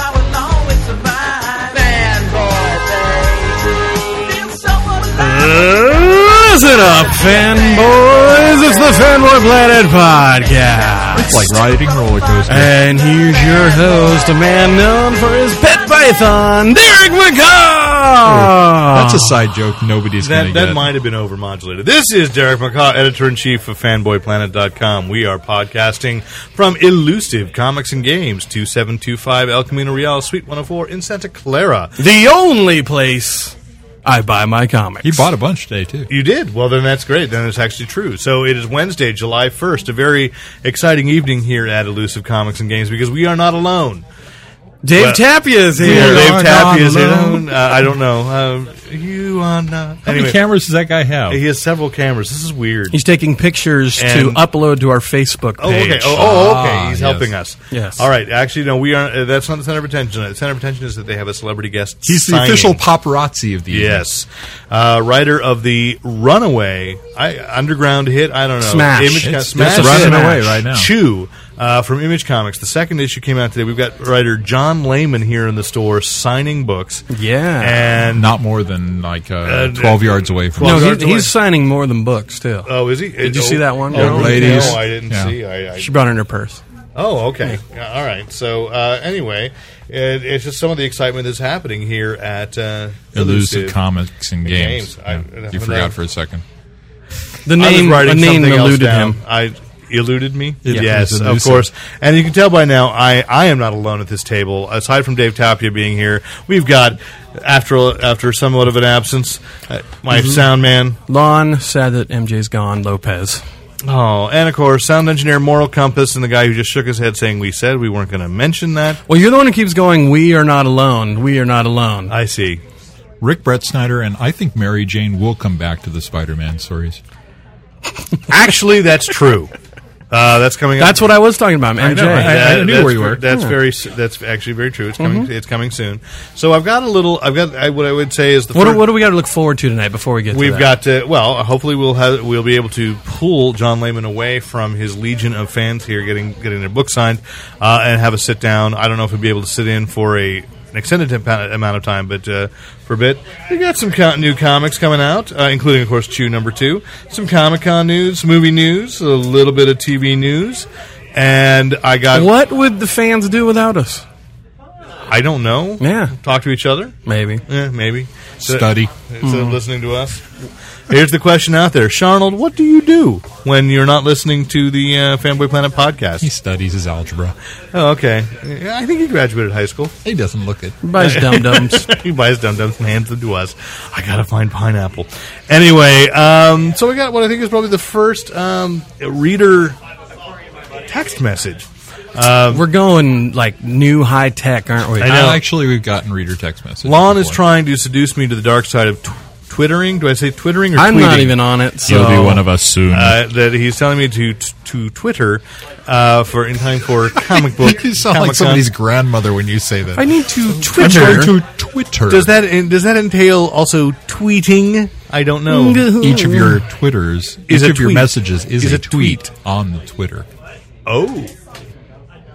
I will always survive. Fanboy, baby. Feel so alive. Listen up, fanboys! It's the Fanboy Planet Podcast. It's like riding roller coaster. And here's your host, a man known for his pet python, Derek McCaw! Ah. That's a side joke nobody's That, going to that get. might have been overmodulated. This is Derek McCaw, editor in chief of fanboyplanet.com. We are podcasting from Elusive Comics and Games, 2725 El Camino Real, Suite 104 in Santa Clara. The only place I buy my comics. he bought a bunch today, too. You did. Well, then that's great. Then it's actually true. So it is Wednesday, July 1st, a very exciting evening here at Elusive Comics and Games because we are not alone. Dave Well- Tapia is We here. are Dave Tappy is alone. in. Uh, I don't know. Uh, you on. Uh, How many anyway, cameras does that guy have? he has several cameras. This is weird. He's taking pictures to And- upload to our Facebook Oh, page. okay. Oh, oh, okay. Ah, yes. He's helping us. Yes. All right. Actually, no. We are. Uh, that's not the center of attention. The center of attention is that they have a celebrity guest. He's the signing. official paparazzi of the evening. Yes. Uh, writer of the Runaway I, underground hit. I don't know. Smash. Image It's, Smash. it's running Smash. away right now. Chew uh, from Image Comics. The second issue came out today. We've got writer John Layman here in the store signing books. Yeah. And Not more than like uh, Uh, 12 yards away from no, well, us. he, Guards away. he's signing more than books, too. oh, is he? Did you see that one? Oh, No, ladies. No, I didn't Yeah. see. I, I She brought in her purse. Oh, okay. Yeah, All right. So uh, anyway, it, it's just some of the excitement that's happening here at uh, Elusive comics and Games. games. I- Yeah. I- you I- forgot for a second. The I was name, a writing name something else eluded down. him. I eluded me. Yeah. Yes, It's of elusive. course. And you can tell by now, I, I am not alone at this table. Aside from Dave Tapia being here, we've got after after somewhat of an absence, uh, my sound man. Lon sad that MJ's gone. Lopez. Oh, and of course, sound engineer Moral Compass, and the guy who just shook his head saying we said we weren't going to mention that. Well, you're the one who keeps going. We are not alone. We are not alone. I see. Rick Brett Snyder and I think Mary Jane will come back to the Spider Man stories. Actually, that's true. Uh, that's coming. up. That's what I was talking about, MJ. know, I- That- knew that's where you ver- were. Mm-hmm. That's very. s- That's actually very true. It's coming. It's coming soon. So I've got a little. I've got. I, what I would say is the. what, do, first, what do we got to look forward to tonight before we get? we've to that? got. To, well, hopefully we'll have. We'll be able to pull John Lehman away from his legion of fans here, getting getting their book signed, uh, and have a sit down. I don't know if we'll be able to sit in for a. An extended ampa- amount of time, but uh, for a bit, we got some co- new comics coming out, uh, including, of course, Chew Number Two, some Comic Con news, movie news, a little bit of TV news, and I got What would the fans do without us? I don't know. Yeah. Talk to each other? Maybe. Yeah, maybe. So- Study. Instead of listening to us. Here's the question out there. Sharnold, what do you do when you're not listening to the uh, Fanboy Planet He podcast? studies his algebra. Oh, okay. Yeah, I think he graduated high school. He doesn't look it. Everybody's dum dums. he buys dum dums and hands them to us. I gotta find pineapple. Anyway, um, so we got what I think is probably the first um, reader text message. We're going like new high tech, aren't we? I know. actually, we've gotten reader text messages. Lon is before. trying to seduce me to the dark side of tw- twittering. Do I say twittering or I'm tweeting? not even on it. So. You'll be one of us soon. uh, that he's telling me to to Twitter uh, for in time for comic book. you sound Comic like Con. somebody's grandmother when you say that. I need to I'm Twitter. going to Twitter. Does that en- does that entail also tweeting? I don't Mm, know. each of your twitters, Is each a of your tweet. messages is, Is a, a tweet, tweet. on the Twitter. oh,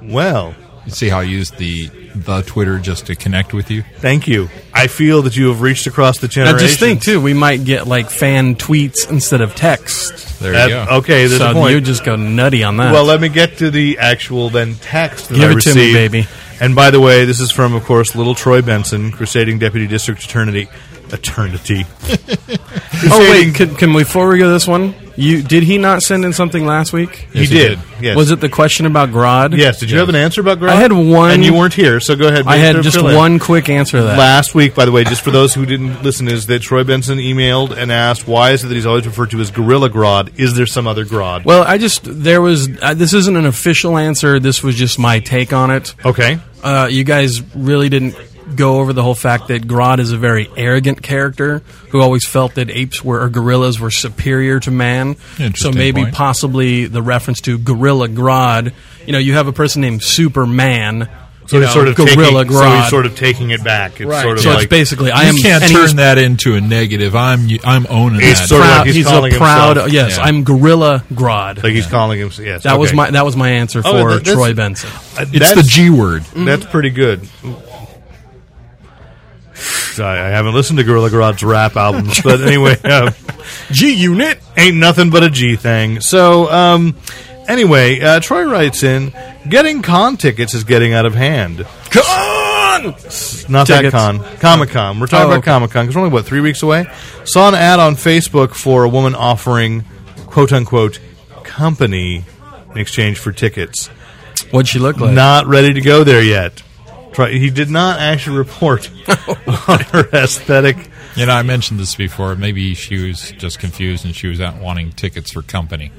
well, You see how I used the the Twitter just to connect with you? thank you. I feel that you have reached across the Now generation. just think too, we might get like fan tweets instead of text. There you go. Okay, there's so a you point. just go nutty on that. Well, let me get to the actual then text that Give I it to me, received. baby. And by the way, this is from, of course, Little Troy Benson, crusading deputy district attorney. Eternity. oh Crusading- wait, can, can we before we go to this one? You did he not send in something last week? he Yes, he did. did. Yes. Was it the question about Grodd? Yes. Did you have an answer about Grog? I had one- and you weren't here, so go ahead. I had Mr. just Phillips. one quick answer to that. last week. By the way, just for those who didn't listen, is that Troy Benson emailed and asked why is it that he's always referred to as Gorilla Grodd? Is there some other Grodd? well, I just there was uh, this isn't an official answer. This was just my take on it. Okay. Uh, you guys really didn't go over the whole fact that Grodd is a very arrogant character who always felt that apes were or gorillas were superior to man. So Interesting maybe point. possibly the reference to Gorilla Grodd. You know, you have a person named Superman. So you he's know, sort of Gorilla taking, so Grodd. he's sort of taking it back. It's Right. sort of so like it's basically I am you can't and he's turn that into a negative. I'm I'm owning It's that. sort of- proud. like he's he's calling a proud. himself. Yes, Yeah. I'm Gorilla Grodd. like he's calling him. Yes, that was okay. my that was my answer for Oh, that- that's- Troy Benson. Uh, it's the that's- G word. mm-hmm. That's pretty good. I I haven't listened to Gorilla Garage's rap albums, but anyway, uh, G Unit ain't nothing but a G thing. So, um, anyway, uh, Troy writes in: getting con tickets is getting out of hand. Con! Not Tickets. that con, Comic Con. We're talking Oh, about okay. Comic Con because we're only what three weeks away. Saw an ad on Facebook for a woman offering "quote unquote" company in exchange for tickets. What'd she look like? Not ready to go there yet. Try, he did not actually report Oh on her aesthetic. You know, I mentioned this before. Maybe she was just confused and she was out wanting tickets for company.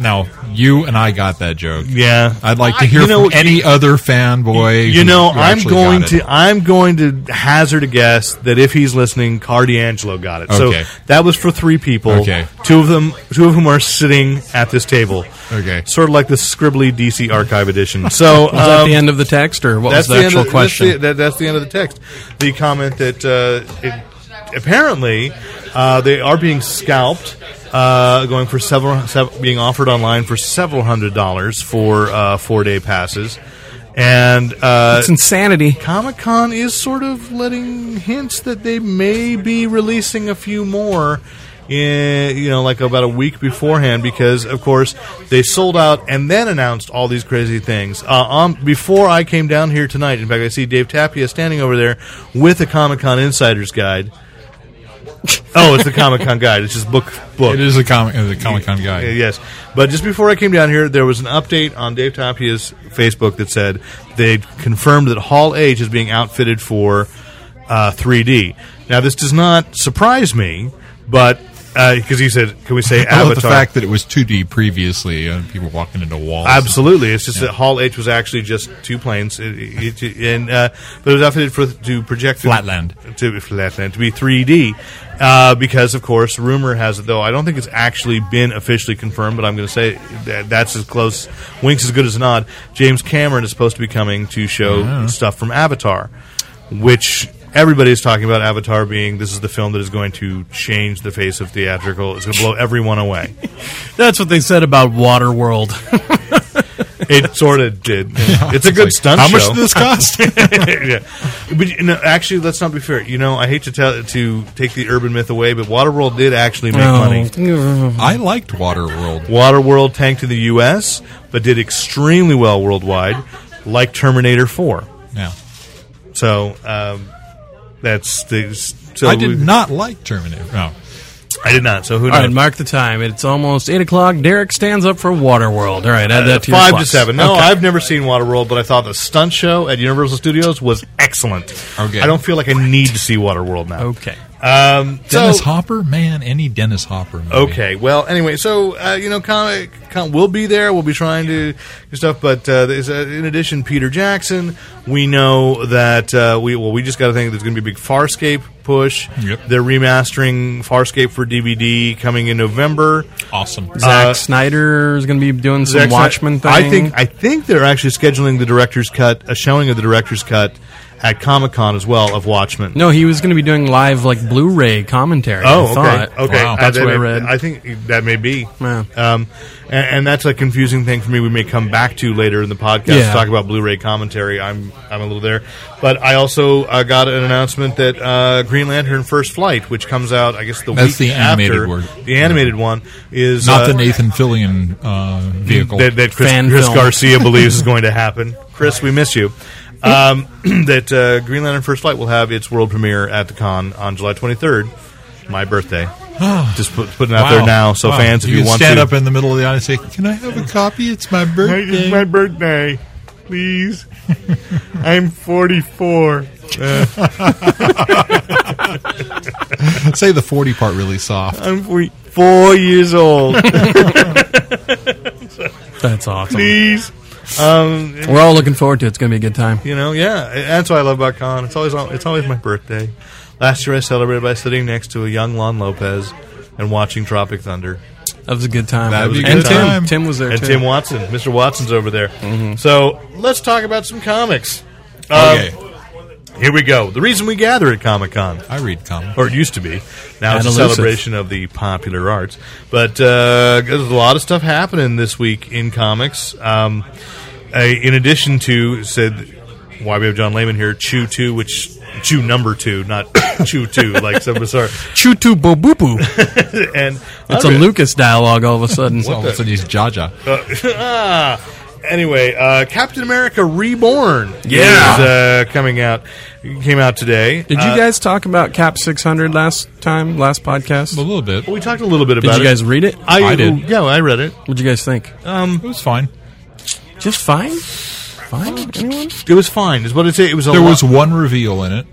Now, you and I got that joke. Yeah, I'd like to I- hear you know, from any other fanboy. You who- know, who I'm actually going got to it. I'm going to hazard a guess that if he's listening, Car D'Angelo got it. Okay. So that was for three people. Okay. Two of them, two of whom are sitting at this table. Okay. Sort of like the scribbly DC Archive edition. So was that um, the end of the text, or what was the, end actual of, question? That's the, that, that's the end of the text. The comment that uh, it, apparently uh, they are being scalped, uh, going for several, sev- being offered online for several hundred dollars for uh, four day passes, and uh, it's insanity. Comic Con is sort of letting hints that they may be releasing a few more. In, you know, like about a week beforehand, because of course they sold out and then announced all these crazy things. Uh, um, before I came down here tonight, in fact, I see Dave Tapia standing over there with a Comic Con Insider's Guide. oh, it's the Comic Con Guide. It's just book book. It is a comic, uh, the Comic Con guy. Uh, Yes, but just before I came down here, there was an update on Dave Tapia's Facebook that said they confirmed that Hall H is being outfitted for uh, 3D. Now, this does not surprise me, but because he said, "Can we say How Avatar?" about the fact that it was 2D previously and people walking into walls? Absolutely, it's just that Hall H was actually just two planes, it, it- it- and uh, but it was outfitted for to project Flatland. to flatland to be 3D, uh, because of course rumor has it though I don't think it's actually been officially confirmed, but I'm going to say that that's as close. Wink's as good as a nod. James Cameron is supposed to be coming to show stuff from Avatar, which. Everybody is talking about Avatar being this is the film that is going to change the face of theatrical. It's going to blow everyone away. That's what they said about Waterworld. It sort of did. It's a good Like, stunt. How much show. did this cost? yeah. But you know, actually, let's not be fair. You know, I hate to tell to take the urban myth away, but Waterworld did actually make money. Oh. I liked Waterworld. Waterworld tanked in the U.S., but did extremely well worldwide, like Terminator Four. Yeah. So um, that's the. So I did we- not like Terminator. No. I did not. So who All knows? right, mark the time. It's almost eight o'clock. Derek stands up for Waterworld. All right, add that to your Five to plus. seven. No, I've never seen Waterworld, but I thought the stunt show at Universal Studios was excellent. Okay. Oh, I don't feel like I need to see Waterworld now. Okay. Um, Dennis so, Hopper? Man, any Dennis Hopper movie. Okay. Well, anyway, so uh, you know, comic con we'll be there. We'll be trying to do stuff. But uh, there's, uh, in addition, Peter Jackson. We know that uh, we well, we just got to think there's going to be a big Farscape push. Yep. They're remastering Farscape for DVD coming in November. Awesome. Zack uh, Snyder is going to be doing some Zack Snyder- Watchmen thing. I think I think they're actually scheduling the director's cut, a showing of the director's cut at Comic Con as well of Watchmen. no, he was going to be doing live like Blu-ray commentary. I Oh, thought. okay, okay. Wow. Uh, That's that what I may- read. I think that may be, Yeah. um, and, and that's a confusing thing for me. We may come back to later in the podcast to Yeah. talk about Blu-ray commentary. I'm I'm a little there, but I also uh, got an announcement that uh, Green Lantern: First Flight, which comes out, I guess the That's week the animated after word. the animated one, is Not uh, the Nathan Fillion uh, vehicle. that, that Chris, Fan Chris film. Garcia believes is going to happen. Chris, we miss you. Um, that uh, Green Lantern First Light will have its world premiere at the con on July 23rd, my birthday. Just put, putting it out there now, so Wow. fans, if you, can want stand to up in the middle of the audience and say, Can I have a copy? It's my birthday. birthday, please. I'm 44. say the 40 part really soft. I'm four years old. That's awesome. please. Um, We're all looking forward to it. It's going to be a good time. You know, yeah, that's why I love about con. It's always it's always my birthday. Last year I celebrated by sitting next to a young Lon Lopez and watching Tropic Thunder. That was a good time. That'd be a and good Tim, time. Tim was there and too. Tim Watson, Mr. Watson's over there. So let's talk about some comics. Um, Okay, here we go. The reason we gather at Comic Con, I read comics. or it used to be, now it's a Adolescent. celebration of the popular arts. But uh, there's a lot of stuff happening this week in comics. Um, I, in addition to said, why we have John Layman here, Chew Two, which Chew Number Two, not Chew Two, like some bizarre. Chutu Bobupu. And It's a Lucas dialogue all of a sudden. All of a sudden he's Jaja. ah. Anyway, uh, Captain America Reborn Yeah. is uh, coming out. Came out today. Did you Uh, guys talk about Cap 600 last time, last podcast? A little bit. It We talked a little bit Did about you it. guys read it? I, Uh, I did. Yeah, I read it. What'd you guys think? Mm. was fine. Just fine? Fine? Anyone? It was fine. Is what it say. It was. A There lot- was one reveal in it.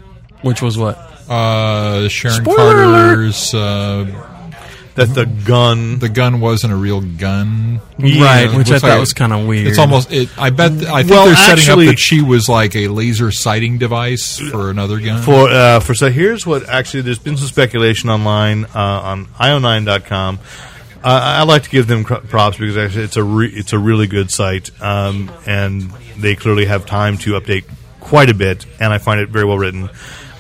Which was what? Uh, Sharon Spoiler alert. Carter's uh, that the gun. the gun wasn't a real gun, right, It which I looks thought like a- was kind of weird. It's almost. It, I bet. th- I think Well, they're setting actually- up that she was like a laser sighting device for another gun. For uh, for so here's what actually there's been some speculation online uh, on io9.com. Uh, I I like to give them cr- props because actually it's a re- it's a really good site, um, and they clearly have time to update quite a bit, and I find it very well written.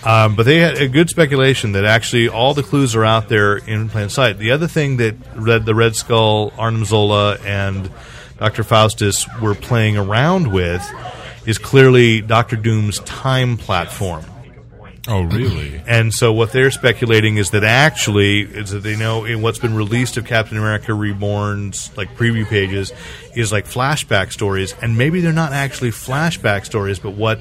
Um, but they had a good speculation that actually all the clues are out there in plain sight. The other thing that Red, the Red Skull, Arnim Zola, and Dr. Faustus were playing around with is clearly Dr. Doom's time platform. oh, really? And so what they're speculating is that actually is that they know in what's been released of Captain America Reborn's like preview pages is like flashback stories, and maybe they're not actually flashback stories, but what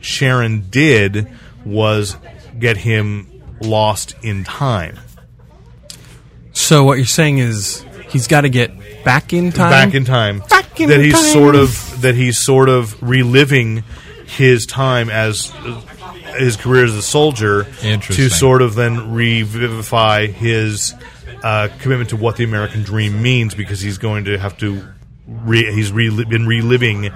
Sharon did was get him lost in time. so what you're saying is he's got to get back in time? back in time. Back in that he's time. sort of that he's sort of reliving his time as his career as a soldier Interesting. to sort of then revivify his uh, commitment to what the American dream means because he's going to have to re- he's reli been reliving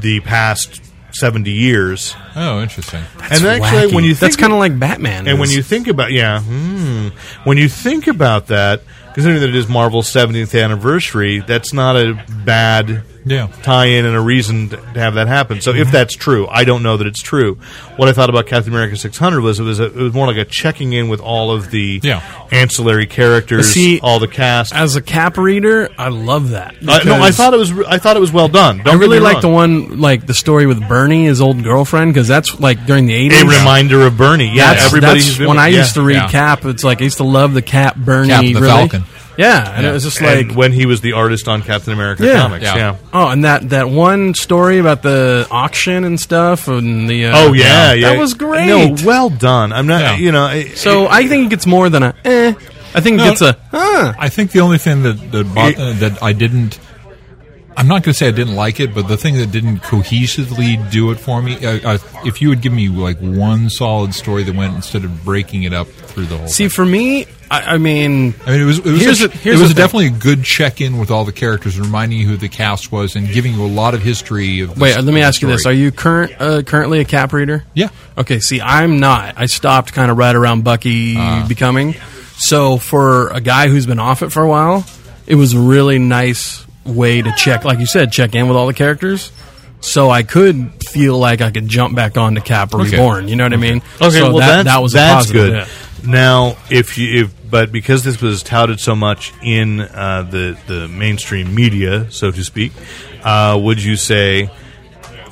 the past 70 years Oh, interesting. That's and actually wacky. when you That's think kind of like Batman. and when is. you think about yeah, hmm, when you think about that, considering that it is Marvel's 70th anniversary, that's not a bad Yeah. tie-in and a reason to to have that happen. So if that's true, I don't know that it's true. What I thought about Captain America 600 was it was a, it was more like a checking in with all of the Yeah. ancillary characters, See, all the cast. I, As a Cap reader, I love that. Uh, no, I because- thought it was re- I thought it was well done. Don't I really get me like the wrong. one, like the story with Bernie, his old girlfriend, because that's like during the eighties. a reminder of Bernie. Yeah, That's, everybody that's who's been when with- I yeah. used to read yeah. Cap. It's like I used to love the Cap Bernie Cap the rela- Falcon. Yeah, and it was just like And when he was the artist on Captain America Yeah. comics. Yeah. yeah. oh, and that that one story about the auction and stuff, and the uh, Oh yeah, yeah, that was great. No, well done. I'm not, Yeah. you know. I, so I think it gets more than a eh. I think it No. gets a huh. I think the only thing that that, bo- uh, that I didn't. I'm not going to say I didn't like it, but the thing that didn't cohesively do it for me, uh, uh, if you would give me like one solid story that went instead of breaking it up through the whole. See, for me, I, I mean, I mean, it was it was, Here's a- the- here's it was the thing. definitely a good check in with all the characters, reminding you who the cast was and giving you a lot of history. Of the wait. s- Let me the ask you this: Are story. you current uh, currently a Cap reader? Yeah. Okay, see, I'm not. I stopped kind of right around Bucky Uh. becoming. So for a guy who's been off it for a while, it was a really nice way to check, like you said, check in with all the characters. So I could feel like I could jump back onto Cap Okay. Reborn. You know what I mean? okay, so well that, that's, that was a that's positive. good. Yeah. Now, if you, if but because this was touted so much in uh, the the mainstream media, so to speak, uh, would you say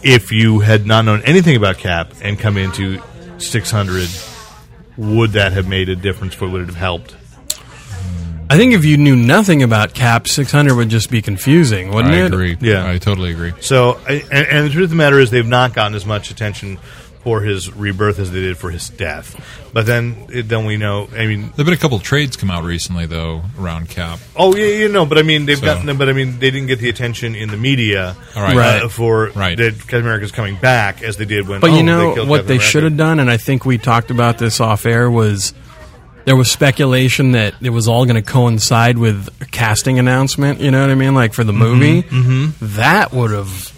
if you had not known anything about Cap and come into 600, would that have made a difference? For would it have helped? I think if you knew nothing about Cap, 600 would just be confusing, wouldn't it? I agree. Yeah. I totally agree. So, I- and, and the truth of the matter is, they've not gotten as much attention for his rebirth as they did for his death. But then, it- then we know. I mean, There've been a couple trades come out recently though around Cap. oh yeah, you know. But I mean, they've So- gotten them. But I mean, they didn't get the attention in the media All right. uh, Right. for Right. that Captain America's coming back as they did when. But oh, you know killed what Captain they America. should have done, and I think we talked about this off air was there was speculation that it was all going to Mm-hmm, coincide with a casting announcement. You know what I mean? Like for the movie, that would have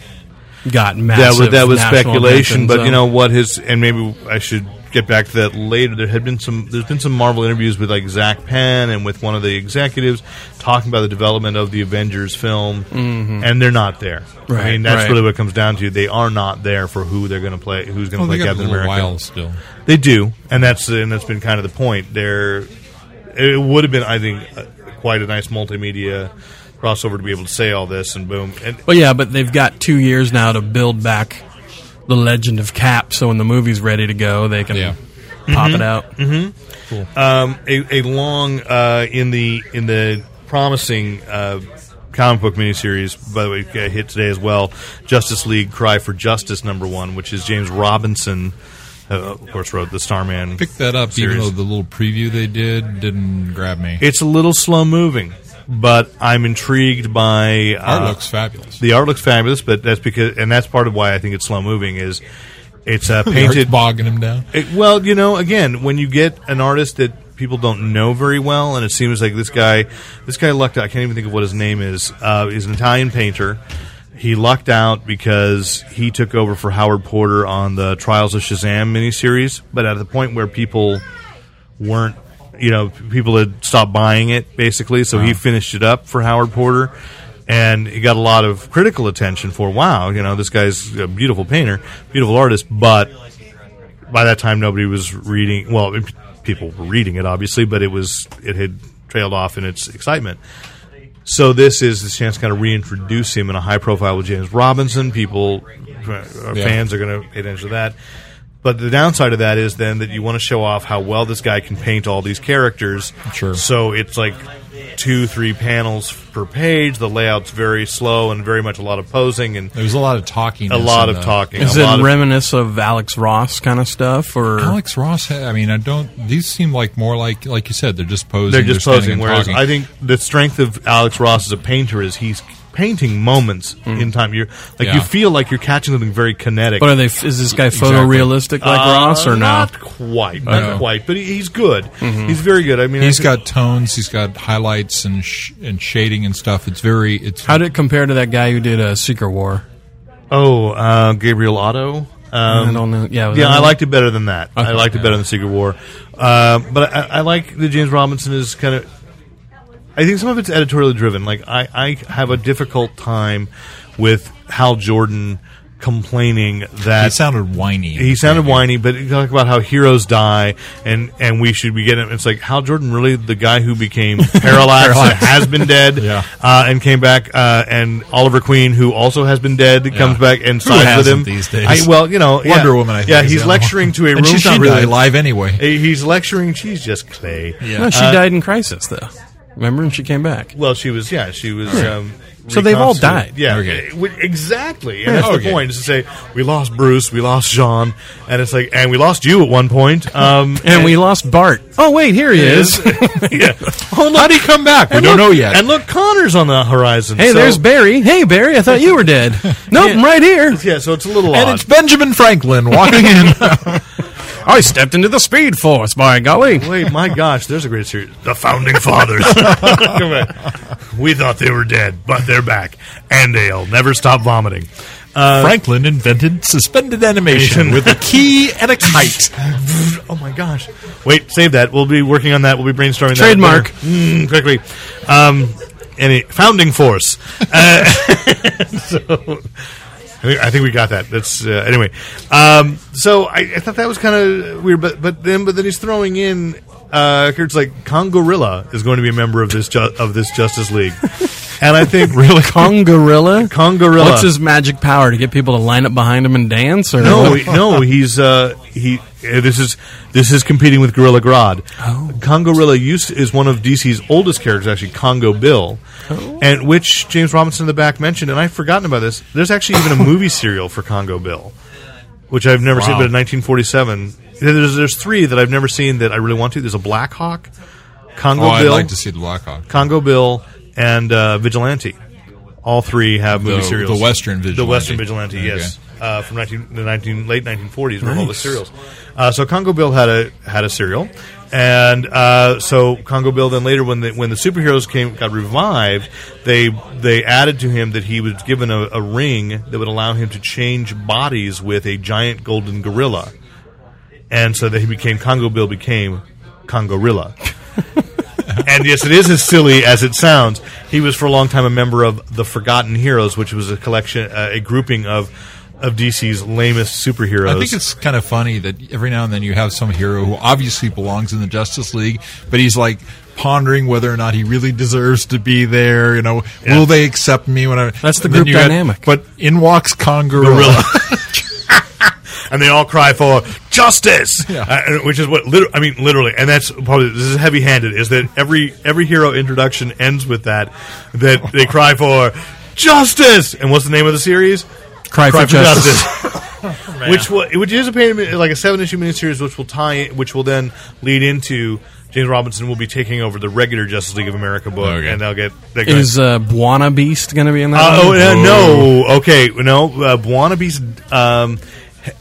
got massive. that was that national was uh, speculation, attention, but so- you know what his and maybe I should get back to that later. There had been some there's been some Marvel interviews with like Zach Penn and with one of the executives talking about the development of the Avengers film, and they're not there. I Mm-hmm. Right, mean, that's right. really what it comes down to. They are not there for who they're going to play, who's going Well, to Oh, they play got a Captain little America. while still. They do, and that's and that's been kind of the point. There, it would have been, I think, uh, quite a nice multimedia crossover to be able to say all this and boom. And Well, yeah, but they've got two years now to build back the legend of Cap. So when the movie's ready to go, they can Yeah. pop Mm-hmm. it out. um, a, a long uh, in the in the promising uh, comic book miniseries. By the way, uh, hit today as well. Justice League: Cry for Justice number one, which is James Robinson, uh, of course, wrote the Starman. Picked that up, even Serious. though the little preview they did didn't grab me. It's a little slow moving, but I'm intrigued by uh, Art looks fabulous. The art looks fabulous, but that's because, and that's part of why I think it's slow moving is it's uh, painted. Art's bogging him down. It- well, you know, again, when you get an artist that people don't know very well, and it seems like this guy, this guy lucked out. I can't even think of what his name is. Uh, he's an Italian painter. He lucked out because he took over for Howard Porter on the Trials of Shazam miniseries. But at the point where people weren't you know people had stopped buying it basically so he finished it up for howard porter and he got a lot of critical attention for wow you know this guy's a beautiful painter beautiful artist but by that time nobody was reading well it- people were reading it obviously but it was it had trailed off in its excitement so this is the chance to kind of reintroduce him in a high profile with James Robinson. People, uh, fans are going to pay attention to that. But the downside of that is then that you want to show off how well this guy can paint all these characters. Sure. So it's like two, three panels per page. The layout's very slow and very much a lot of posing and There was a lot of talking. a lot of talking. Is a lot it of- reminiscent of Alex Ross kind of stuff, or Alex Ross. had- I mean, I don't. These seem like more like like you said. They're just posing. They're just standing posing. and Whereas talking. I think the strength of Alex Ross as a painter is he's painting moments in time. You're like Mm-hmm. Yeah. you feel like you're catching something very kinetic. but are they? Is this guy Exactly. photorealistic like Uh, Ross or not? not? quite, No. not quite. But he, he's good. He's very good. I mean, Mm-hmm. he's I got think- tones. He's got highlights and sh- and shading and stuff. It's very. It's How did it compare to that guy who did a Secret War? oh uh, Gabriel Otto. Um, I don't know. Yeah, was yeah, that I him? liked it better than that. I Okay. liked it better than Secret War, uh, but I, I like that James Robinson is kind of. I think some of it's editorially driven. Like I, I have a difficult time with Hal Jordan complaining that He sounded whiny. he sounded whiny, but he talked about how heroes die and and we should be getting. It's like Hal Jordan, really the guy who became paralyzed, and has been dead, Yeah. uh, and came back, uh, and Oliver Queen, who also has been dead, comes back and Who sides with hasn't him these days? I- well, you know, yeah. Wonder Woman. I think yeah, is the he's other one. lecturing to a room. And she's not She really died. alive anyway. Uh, He's lecturing. She's just clay. Yeah. No, she died in Crisis though. Remember, and she came back. Well, she was. Yeah, she was. Um, So they've all reconstituted. died. Yeah, Okay. we- exactly. And that's Okay. the point is to say we lost Bruce, we lost Jean, and it's like, and we lost you at one point. Um, And we lost Bart. Oh wait, here he is. yeah. How did he come back? We And don't look- know yet. And look, Connor's on the horizon. Hey, so- there's Barry. Hey, Barry, I thought you were dead. Nope, I'm right here. Yeah, so it's a little And odd. it's Benjamin Franklin walking in. I stepped into the Speed Force, by golly. Wait, my gosh, there's a great series. The Founding Fathers. Come back. We thought they were dead, but they're back. And they'll never stop vomiting. Franklin invented suspended animation with a key and a kite. Oh my gosh. Wait, save that. We'll be working on that. We'll be brainstorming Trademark. that. Trademark. Mm, quickly. Um, any founding force. Uh, so, I think, I think we got that. That's uh, anyway. Um, so I, I thought that was kind of weird, but but then but then he's throwing in uh, it's like Kongorilla is going to be a member of this ju- of this Justice League, and I think really Kong Gorilla? Kongorilla. What's his magic power to get people to line up behind him and dance? Or No, he- no, he's uh, he. eh, This is this is competing with Gorilla Grodd. Kongorilla used is one of DC's oldest characters, actually Congo Bill, and which James Robinson in the back mentioned, and I've forgotten about this. There's actually even a movie serial for Congo Bill, which I've never seen, Wow. but in 1947, there's there's three that I've never seen that I really want to. There's a Black Hawk, Congo Oh, I'd Bill, like to see the Blackhawk. Congo Bill, and uh, Vigilante. All three have movie The- serials. the Western The Vigilante. Western Vigilante, yes. Okay. uh, from 19, the 19, late 1940s with all the cereals. Uh, so Congo Bill had a had a cereal, and uh, so Congo Bill then later when the when the superheroes came got revived, they they added to him that he was given a, a ring that would allow him to change bodies with a giant golden gorilla, and so that he became Congo Bill became Congorilla. and yes, it is as silly as it sounds. He was for a long time a member of the Forgotten Heroes, which was a collection, uh, a grouping of of DC's lamest superheroes. I think it's kind of funny that every now and then you have some hero who obviously belongs in the Justice League, but he's like pondering whether or not he really deserves to be there. You know, Yeah. will they accept me when I? That's the Then group you got- dynamic. but in walks Congorilla. gorilla. And they all cry for justice, Yeah. Uh, which is what liter- I mean, literally. And that's probably this is heavy-handed. Is that every every hero introduction ends with that? That they cry for justice. And what's the name of the series? Cry, for, justice. which will, which is a pain, like a seven issue miniseries, which will tie, which will then lead into James Robinson will be taking over the regular Justice League of America book, Okay. and they'll get they're gonna- Is uh, Buana Beast going to be in that? Uh, one? oh uh, no, okay, no, uh, Buonabee's, um,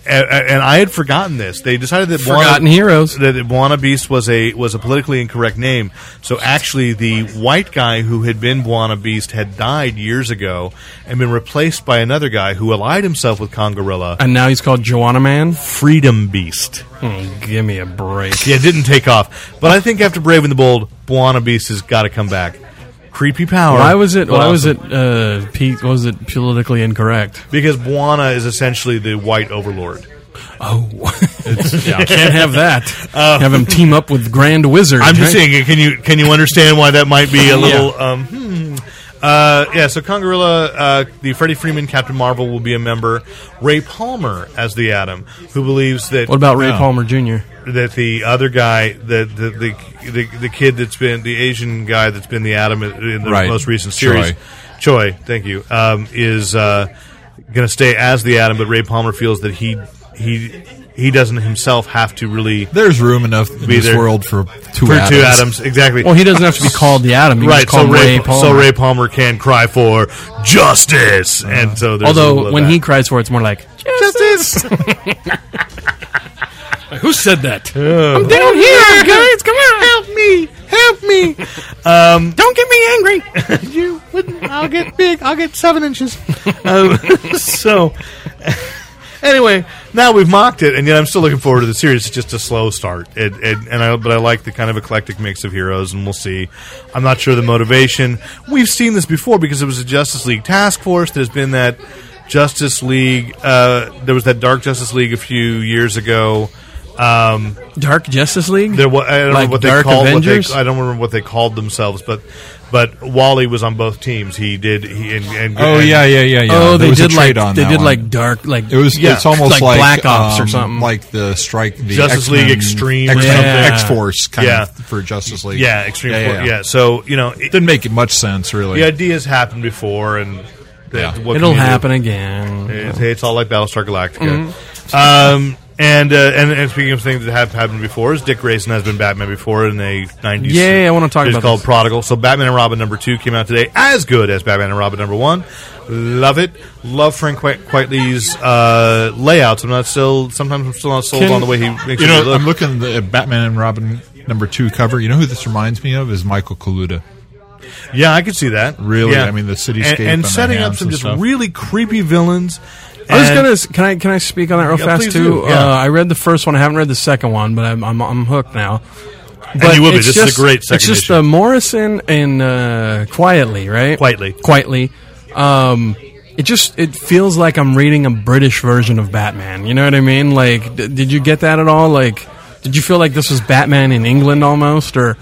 a- a- and I had forgotten this. They decided that Buona- Forgotten Heroes. that Buona Beast was a was a politically incorrect name. So actually, the white guy who had been Buona Beast had died years ago and been replaced by another guy who allied himself with Congorilla, And now he's called Joanna Man. Freedom Beast. Hmm, give me a break. Yeah, it didn't take off. But I think after Brave and the Bold, Buona Beast has got to come back. Creepy power. Why was it? but Why was awesome. it? Uh, Pete, was it politically incorrect? Because Buona is essentially the white overlord. Oh, can't have that. have him team up with Grand Wizard. I'm just right? saying. Can you can you understand why that might be a little? Um, hmm. Uh, yeah. So Congorilla, uh, the Freddie Freeman, Captain Marvel will be a member. Ray Palmer as the Atom, who believes that. What about Ray No. Palmer Jr.? That the other guy, that the the, the the kid that's been the Asian guy that's been the Atom in the Right. most recent series, Choi. Choi. Thank you. Um, is uh, going to stay as the Atom, but Ray Palmer feels that he he he doesn't himself have to really. There's room enough in Be this there. world for two For atoms. two atoms, exactly. Well, he doesn't have to be called the Atom. You can right. just call So him Ray, Ray Palmer. so Ray Palmer can cry for justice, and so there's a little Although of when that. he cries for it, it's more like justice. Who said that? I'm down here, guys. Come on, help me, help me. Um, Don't get me angry. you wouldn't, I'll get big. I'll get seven inches. um, so anyway, now we've mocked it, and yet I'm still looking forward to the series. It's just a slow start, it, it, and I but I like the kind of eclectic mix of heroes, and we'll see. I'm not sure the motivation. We've seen this before because it was a Justice League task force. There's been that Justice League. Uh, there was that Dark Justice League a few years ago. Um, Dark Justice League. There was, I don't Like know what they Dark called. What they, Avengers? I don't remember what they called themselves, but but Wally was on both teams. He did. He and, and Oh and- yeah, yeah, yeah, yeah. oh, There they was a did like trade on they that did one. like dark like It was. Yeah, it's almost like like, Black Ops or um, something. like the strike, the Justice League Extreme or something. X Force kind Yeah. of for Justice League. yeah, extreme. Yeah, Yeah, yeah, yeah. So you know, it, Didn't make it much sense, really. the ideas happened before, and the, Yeah. what It'll can you do? happen again. It's, it's all like Battlestar Galactica. Mm-hmm. Um, and, uh, and and speaking of things that have happened before, is Dick Grayson has been Batman before in the nineties. Yeah, I wanna talk about called this. Prodigal. So Batman and Robin number two came out today, as good as Batman and Robin number one. Love it. Love Frank Qui- Quitely's uh, layouts. I'm not still. Sometimes I'm still not sold Can- on the way he makes You it know, look. I'm looking at the Batman and Robin number two cover. You know who this reminds me of is Michael Kaluta. yeah, I could see that. Really, Yeah. I mean, the and, cityscape and, and the setting up hands some and just stuff. really creepy villains. I was And- gonna. s- Can I? Can I speak on that real Yeah, fast please too? do, yeah. Uh, I read the first one. I haven't read the second one, but I'm I'm, I'm hooked now. But you will be. it's This is a great It's second just issue. the Morrison and uh, quietly, right? Quietly. quietly. Um, it just it feels like I'm reading a British version of Batman. You know what I mean? Like, d- did you get that at all? Like, did you feel like this was Batman in England almost, or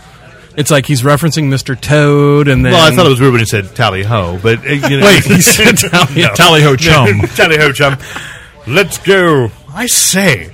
it's like he's referencing Mister Toad and then Well, I thought it was weird when he said tally ho, but uh, you know, Wait, he said tally- Tally ho chum. tally ho chum. Let's go. I say,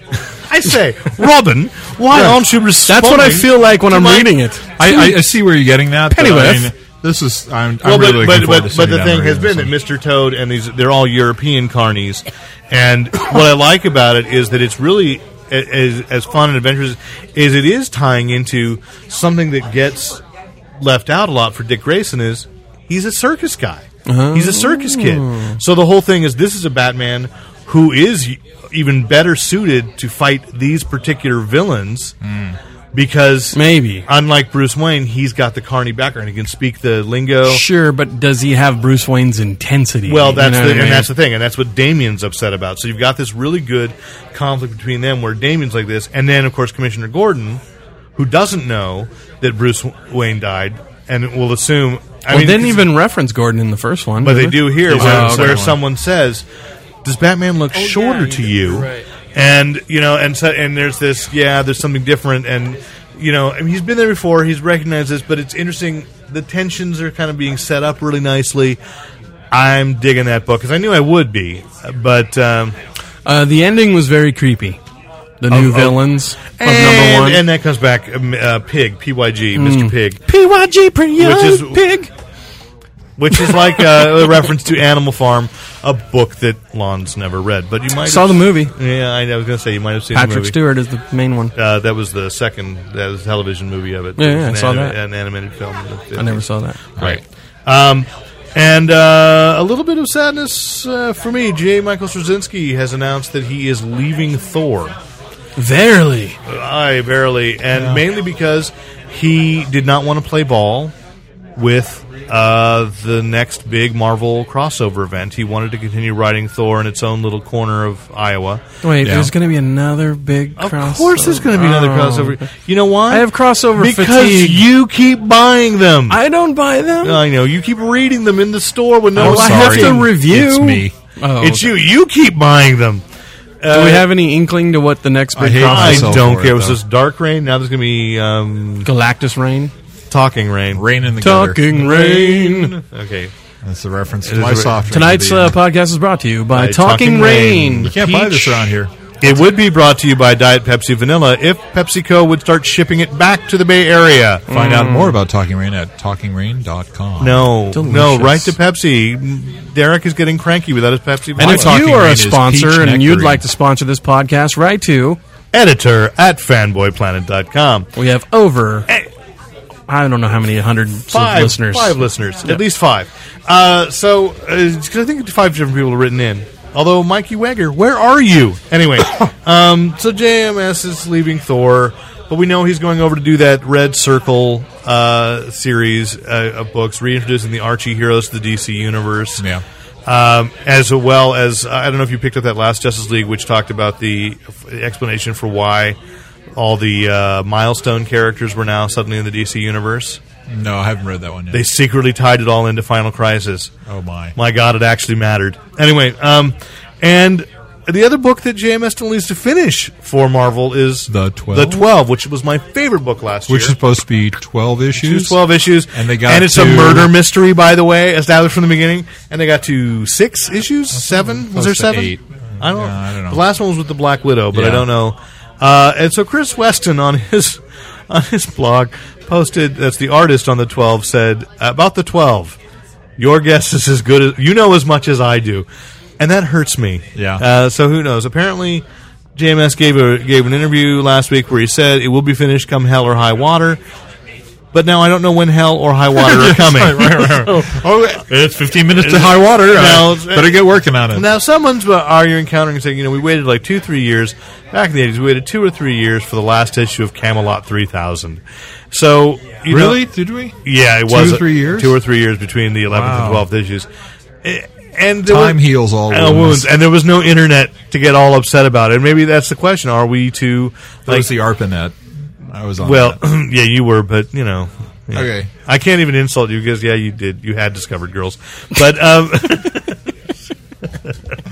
I say, Robin, why aren't you That's responding? what I feel like when to I'm my- reading it. I, I, I see where you're getting that. but I Pennyworth. mean, this is. I'm, I'm Well, but, really but, looking forward but, to but sitting the down thing and has reading been that this Mr. Toad and these they're all European carnies, and what I like about it is that it's really a- as, as fun and adventurous is it is tying into something that gets left out a lot for Dick Grayson is Oh. he's a circus guy. He's a circus kid. So the whole thing is this is a Batman who is even better suited to fight these particular villains Mm. because Maybe. unlike Bruce Wayne, he's got the Carney background. He can speak the lingo. Sure, but does he have Bruce Wayne's intensity? Well, You that's know the, what I and mean? that's the thing, and that's what Damien's upset about. So you've got this really good conflict between them, where Damien's like this, and then of course Commissioner Gordon, who doesn't know that Bruce Wayne died, and will assume. I well, mean, didn't it's- even reference Gordon in the first one, but did they it? do here, He's where, on the second where one. someone says, "Does Batman look shorter Oh, yeah, to you you?" did, right. And you know, and so, and there's this, yeah, there's something different, and you know, I mean, he's been there before, he's recognized this, but it's interesting. The tensions are kind of being set up really nicely. I'm digging that book because I knew I would be, but um, Uh, the ending was very creepy. The new oh. villains of and, number one. Hmm. and that comes back um, uh, Pig, Pyg, Mr. Pig, PYG, pretty young is- pig. which is like uh, a reference to Animal Farm, a book that Lon's never read, but you might Saw the movie. Yeah, I, I was going to say you might have seen the Patrick movie. Stewart is the main one. Uh, that was the second. That was a television movie of it. Yeah, It was yeah, I an saw anima- that. An animated film. in the 50s. I never saw that. Right. Um, and uh, a little bit of sadness uh, for me. J. Michael Straczynski has announced that he is leaving Thor. Verily. I barely, and mainly because he did not want to play ball with uh, the next big Marvel crossover event. He wanted to continue writing Thor in its own little corner of Iowa. Wait, Yeah. there's going to be another big Of crossover. course, there's going to be another Oh. crossover. You know I why? have crossover because fatigue. you keep buying them. I, I don't buy them. know you keep reading them in the store when no Oh, one's I have looking. to review. It's me. Oh, It's you. You keep buying them. Uh, Do we have any inkling to what the next big hate crossover? I myself don't for it, care. It was though. this dark rain. Now there's going to be um, Galactus Reign. talking rain. Rain in the gutter. Talking Rain. Okay. That's the reference to It my is a- soft drink Tonight's at the uh, end. podcast is brought to you by By Talking, Talking Rain. Rain. You can't buy this Peach. around here. It would be brought to you by Diet Pepsi Vanilla if PepsiCo would start shipping it back to the Bay Area. Find out more about Talking Rain at talkingrain.com. No, no, Delicious. right to Pepsi. Derek is getting cranky without his Pepsi. And Vanilla. if you are Rain a is sponsor peach and you'd nectarine. like to sponsor this podcast, write to. editor at fanboyplanet.com. We have over, I don't know how many hundred Five listeners. Five listeners. At least five. Uh, so, because I think five different people have written in. Although, Mikey Wagger, where are you? Anyway, um, so JMS is leaving Thor, but we know he's going over to do that Red Circle uh, series uh, of books, reintroducing the Archie heroes to the DC Universe. Yeah. Um, as well as, uh, I don't know if you picked up that last Justice League, which talked about the f- explanation for why all the uh, milestone characters were now suddenly in the DC Universe. No, I haven't read that one yet. They secretly tied it all into Final Crisis. oh, my. My God, it actually mattered. Anyway, um, and the other book that JMS still needs to finish for Marvel is The 12? The Twelve, which was my favorite book last Which is year. supposed to be 12 It issues. was twelve issues, And they got and it's a to- murder mystery, by the way, established from the beginning. And they got to six issues, Oh, seven. Was close there to seven? eight. I don't. Yeah, I don't know. The last one was with the Black Widow, but I Yeah. don't know. Uh, and so Chris Weston on his on his blog posted that's the artist on the twelve said about the twelve. Your guess is as good as you know as much as I do, and that hurts me. Yeah. Uh, so who knows? Apparently, JMS gave a gave an interview last week where he said it will be finished come hell or high water. But now I don't know when hell or high water are coming. oh, it's 15 minutes to high water. Now- I better get working on it. Now, someone's uh, are you encountering saying, you know, we waited like two, three years back in the eighties. We waited two or three years for the last issue of Camelot three thousand. So you know- really? Did we? yeah, it Two was or three years? two or three years between the eleventh Wow. and twelfth issues. Eh, And there Time were- heals all uh, wounds. wounds, and there was no internet to get all upset about it. And maybe that's the question: Are we too That like was the ARPANET. I was on Well, that. yeah, you were, but you know. yeah. Okay. I can't even insult you because yeah, you did. You had discovered girls, but um,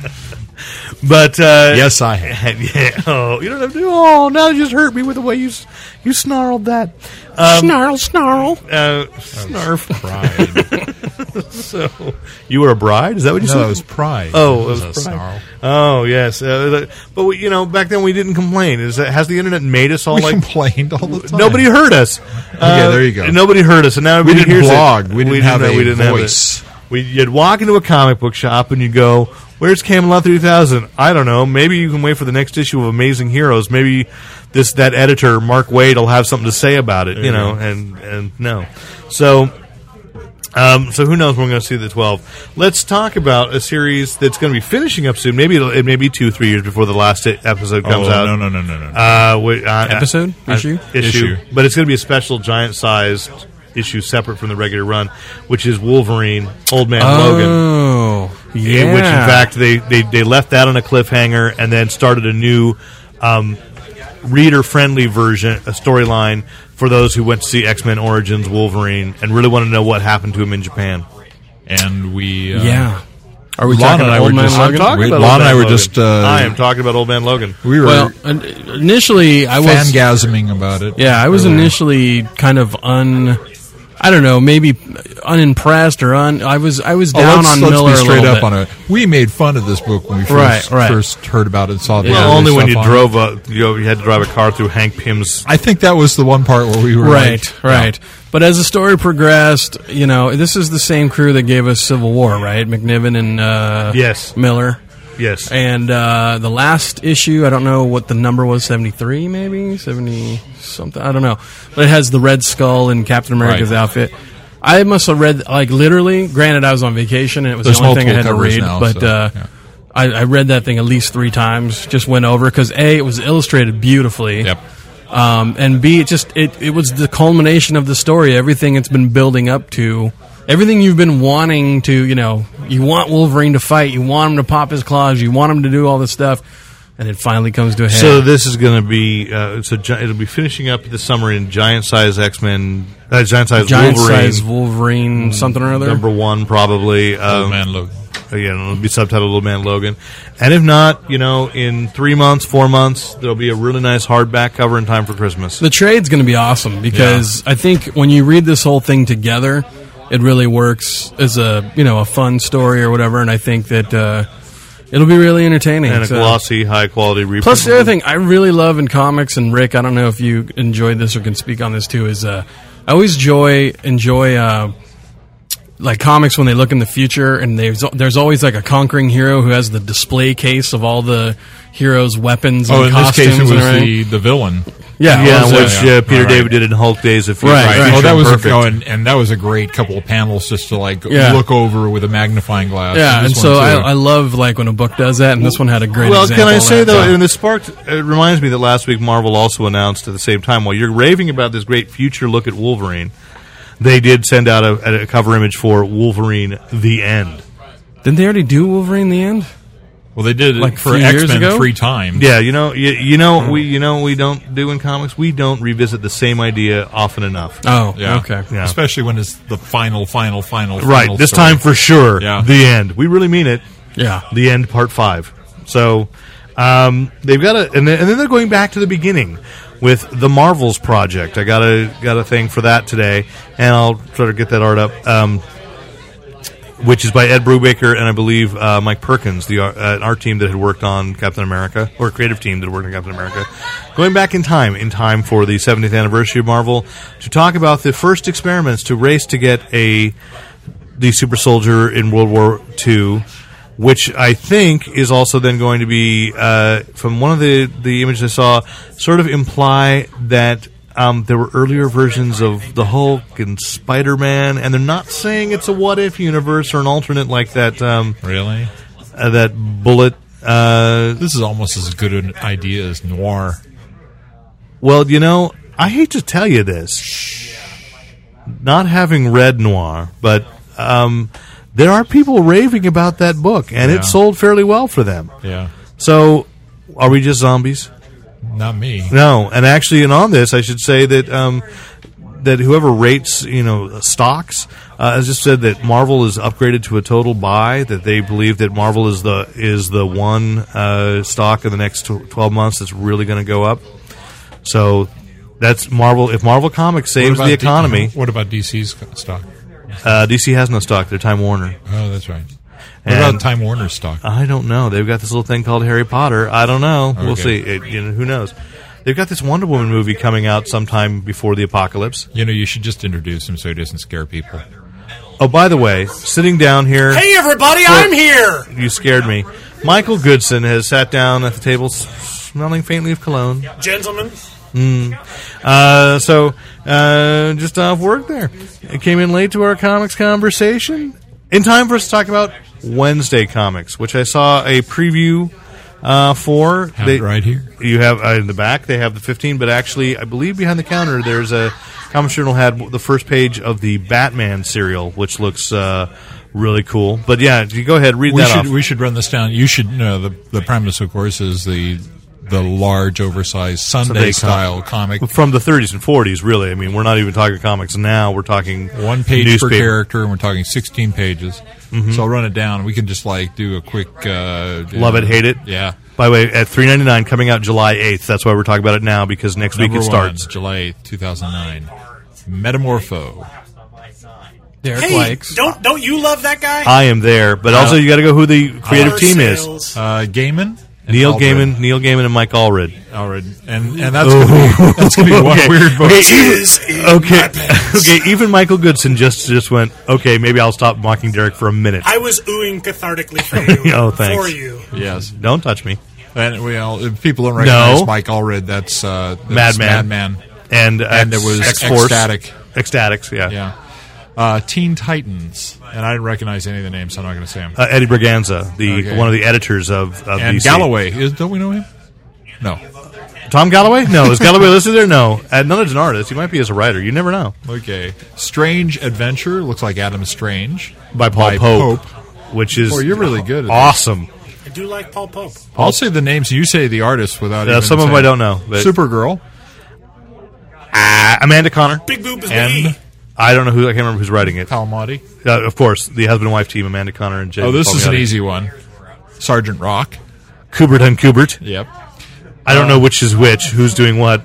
but uh, Yes, I have. yeah. Oh, you don't have to. Oh, now you just hurt me with the way you s- you snarled that. Um, Snarl, snarl. uh, snarf. Pride. So you were a bride? Is that what you no, said? it was pride. Oh, it it was, was a pride. snarl. oh yes, uh, the- but we, you know back then we didn't complain. Is that, has the internet made us all We like complained all the time. Nobody heard us. Uh, there you go. Nobody heard us, and now everybody didn't hears it. blog. We didn't have know- a we didn't have it. voice. we, you'd walk into a comic book shop and you'd go, "Where's Camelot 3000?" I don't know. Maybe you can wait for the next issue of Amazing Heroes. Maybe this that editor Mark Wade will have something to say about it. You know, and and no, so. Um, so who knows when we're going to see the 12. Let's talk about a series that's going to be finishing up soon. Maybe it'll, it may be two, three years before the last e- episode comes oh, out. No, no, no, no, no. no. Uh, wait, uh, Episode? uh, Issue? issue? Issue. But it's going to be a special giant sized issue separate from the regular run, which is Wolverine, Old Man Logan. Oh, yeah. in Which, in fact, they, they, they left that on a cliffhanger and then started a new um, reader friendly version, a storyline for those who went to see X Men Origins Wolverine and really want to know what happened to him in Japan. and we. Uh, yeah. Are we Lon talking and I about were Old Man just- Logan? I'm talking- Wait, Lon Old and I Man were Logan. just, uh, I am talking about Old Man Logan. We were Well, in- initially I was fangasming about it. yeah, I was earlier. initially kind of un I don't know, maybe unimpressed or un I was I was Oh, down let's, on let's Miller be straight a little up bit. on it. We made fun of this book when we first, Right, right. first heard about it and saw the Yeah, Well, other only when stuff you on it. drove a you, know, you had to drive a car through Hank Pym's. I think that was the one part where we were Right, like, right. But as the story progressed, you know, this is the same crew that gave us Civil War, right? McNiven and uh, Yes. Miller. Yes, And uh, the last issue, I don't know what the number was, 73 maybe? 70 something, I don't know. But it has the Red Skull and Captain America's Right. outfit. I must have read, like, literally, granted, I was on vacation and it was There's the only thing I had multiple to covers read, now, but so, uh, yeah. I, I read that thing at least three times, just went over, because A, it was illustrated beautifully. Yep. Um, and B, it just it, it was the culmination of the story. Everything it's been building up to, everything you've been wanting to, you know, you want Wolverine to fight, you want him to pop his claws, you want him to do all this stuff, and it finally comes to a head. So this is going to be uh, so gi- it'll be finishing up this summer in giant size X Men, uh, giant size giant Wolverine, Mm, size Wolverine, something or other. number one probably. Old Um, man Logan. Again, it'll be subtitled "Little Man Logan," and if not, you know, in three months, four months, there'll be a really nice hardback cover in time for Christmas. the trade's going to be awesome because I think when you read this whole thing together, it really works as a you know a fun story or whatever, and I think that uh, it'll be really entertaining and a So- glossy, high quality reprint. Plus, the other thing I really love in comics, and Rick, I don't know if you enjoyed this or can speak on this too, is uh, I always enjoy enjoy uh, like comics when they look in the future, and there's there's always like a conquering hero who has the display case of all the heroes' weapons. Oh, and in this costumes case, it was and everything. the, the villain. yeah, yeah, well, which yeah. uh, Peter Right. David did in Hulk Days. If you Right, right. Oh, that was perfect. a, oh, and, and that was a great couple of panels just to like Yeah. look over with a magnifying glass. yeah, and This so one, I, too. I love like when a book does that, and this one had a great. Well, example can I of say that, though, so- and this sparked. It reminds me that last week Marvel also announced at the same time. While you're raving about this great future look at Wolverine, they did send out a, a cover image for Wolverine: The End. didn't they already do Wolverine in the end? well, they did it like, for few years X Men ago? three times. Yeah, you know, you, you know, we you know what we don't do in comics. We don't revisit the same idea often enough. Oh, Yeah. okay. Yeah. Especially when it's the final, final, final. right, final this story. time for sure. Yeah. The End. We really mean it. Yeah. the end part five so um, they've got a and then, and then they're going back to the beginning with the marvels project i got a got a thing for that today and i'll try to get that art up um, which is by ed brubaker and i believe uh, mike perkins the ar- uh, an art team that had worked on captain america or creative team that worked on captain america going back in time in time for the 70th anniversary of marvel to talk about the first experiments to race to get a the super soldier in World War II, which I think is also then going to be, uh, from one of the, the images I saw, sort of imply that um, there were earlier versions of the Hulk and Spider Man, and they're not saying it's a what if universe or an alternate like that um, Really? uh, that bullet. Uh, This is almost as good an idea as noir. well, you know, I hate to tell you this, not having read Noir, but um, there are people raving about that book, and Yeah. it sold fairly well for them. Yeah. So, are we just zombies? Not me. No. And actually, and on this, I should say that um, that whoever rates, you know, stocks, uh, has just said that Marvel is upgraded to a total buy. That they believe that Marvel is the is the one uh, stock in the next tw- twelve months that's really going to go up. So. That's Marvel. If Marvel Comics What saves about the D- economy, what about DC's co- stock? uh, DC has no stock. They're Time Warner. Oh, that's right. What And- about Time Warner stock? I don't know. They've got this little thing called Harry Potter. I don't know. We'll Okay. see. It, you know, who knows? They've got this Wonder Woman movie coming out sometime before the apocalypse. You know, you should just introduce him so he doesn't scare people. Oh, by the way, sitting down here, Hey everybody, I'm here. you scared me. Michael Goodson has sat down at the table, s- smelling faintly of cologne. Gentlemen, Hmm. Uh, so uh, just off work there. It came in late to our comics conversation. In time for us to talk about Wednesday comics, which I saw a preview uh, for. Have it right here. You have uh, in the back. They have the 15, but actually, I believe behind the counter there's a Comics Journal had the first page of the Batman serial, which looks uh, really cool. But yeah, you go ahead read we that should off. we should run this down. You should know the the premise, of course, is the the large, oversized Sunday Sunday com- style comic, from the 30s and 40s, really. I mean, we're not even talking comics now. We're talking one page newspaper. per Mm-hmm. character, and we're talking sixteen pages. So I'll run it down. We can just like do a quick uh, Love it, hate it. Yeah, By the way, at 3.99 coming out July 8th. That's why we're talking about it now because next Number week one, it starts. July two thousand nine. Metamorpho. Derek Hey, likes. don't don't you love that guy? I am there, but also you got to go who the creative Car team is. sales. Uh, Gaiman. and Neil Aldred. Gaiman, Neil Gaiman, and Mike Allred. Alright, and and that's gonna be, that's gonna be one Okay. weird book. Okay, Jizz in even, okay, my pants. okay. Even Michael Goodson just just went. Okay, maybe I'll stop mocking Derek for a minute. I was oohing cathartically for you. Oh, thanks. For you. Yes, Don't touch me, and we all if people don't recognize No. Mike Allred. That's, uh, that's Madman. Madman. And uh, And there was X-Force. Ecstatic. Ecstatics, yeah. Yeah, uh, Teen Titans, and I didn't recognize any of the names, so I'm not going to say them. Uh, Eddie Braganza, the Okay. one of the editors of, of and DC. Galloway, is, don't we know him? No. Tom Galloway? No, is Galloway listed there? No, uh, none as an artist. He might be as a writer. You never know. Okay. Strange Adventure looks like Adam Strange By Paul Pope, which is Boy, you're really good at awesome. I do like Paul Pope. I'll say the names. You say the artists without. Yeah, even some of 'em I saying. don't know, but- Supergirl. Ah, Amanda Connor. Big Boob is And- me. Oh, I don't know who. I can't remember who's writing it. Palmati. Uh, of course, the husband and wife team, Amanda Connor and Jay. Oh, this is an Palmiotti. easy one. Sergeant Rock. Kubert and Kubert. Yep. I don't know which is which. Who's doing what?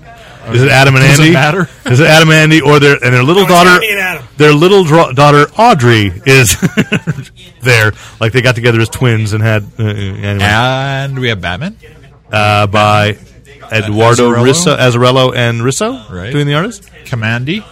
Is it Adam and Um, uh, Does it Andy? matter? Is it Adam and Andy or their and their little No, it's daughter? Andy and Adam. Their little dra- daughter Audrey is there. Like they got together as twins and had uh, uh, anyway And we have Batman. uh, by Eduardo Azzarello? Risso, Azzarello and Risso Right. doing the artist. Commandy.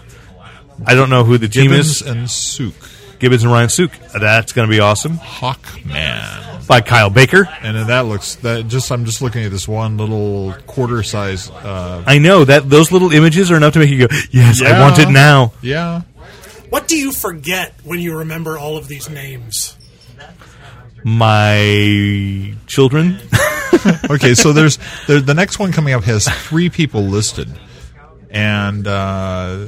I don't know who the team Gibbons is. and Sook. Gibbons and Ryan Suk. That's going to be awesome Hawkman. by Kyle Baker. And then that looks that just I'm just looking at this one little quarter size uh I know that those little images are enough to make you go, "Yes, I want Yeah. it now." yeah. What do you forget when you remember all of these names? My children. Okay, so there's there, the next one coming up has three people listed. And uh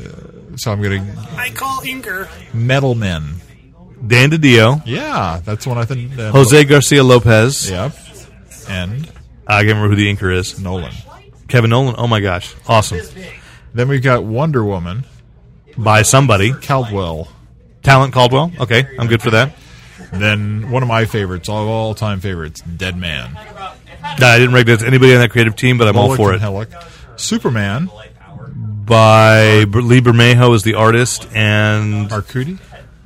so I'm gonna I call Inker. Metal Men. Dan DiDio, Yeah, that's one I think uh, Jose Garcia Lopez. Yep. And I can't remember who the inker is. Nolan. Kevin Nolan. Oh my gosh, awesome! Then we've got Wonder Woman, By somebody, Caldwell. Talent Caldwell. Okay, I'm good for that. Then one of my favorites, of all time favorites, Dead Man. No, I didn't recognize anybody on that creative team, but I'm all Bullock for it. and Hellick. Superman, By Br- Lee Bermejo is the artist and Arcudi.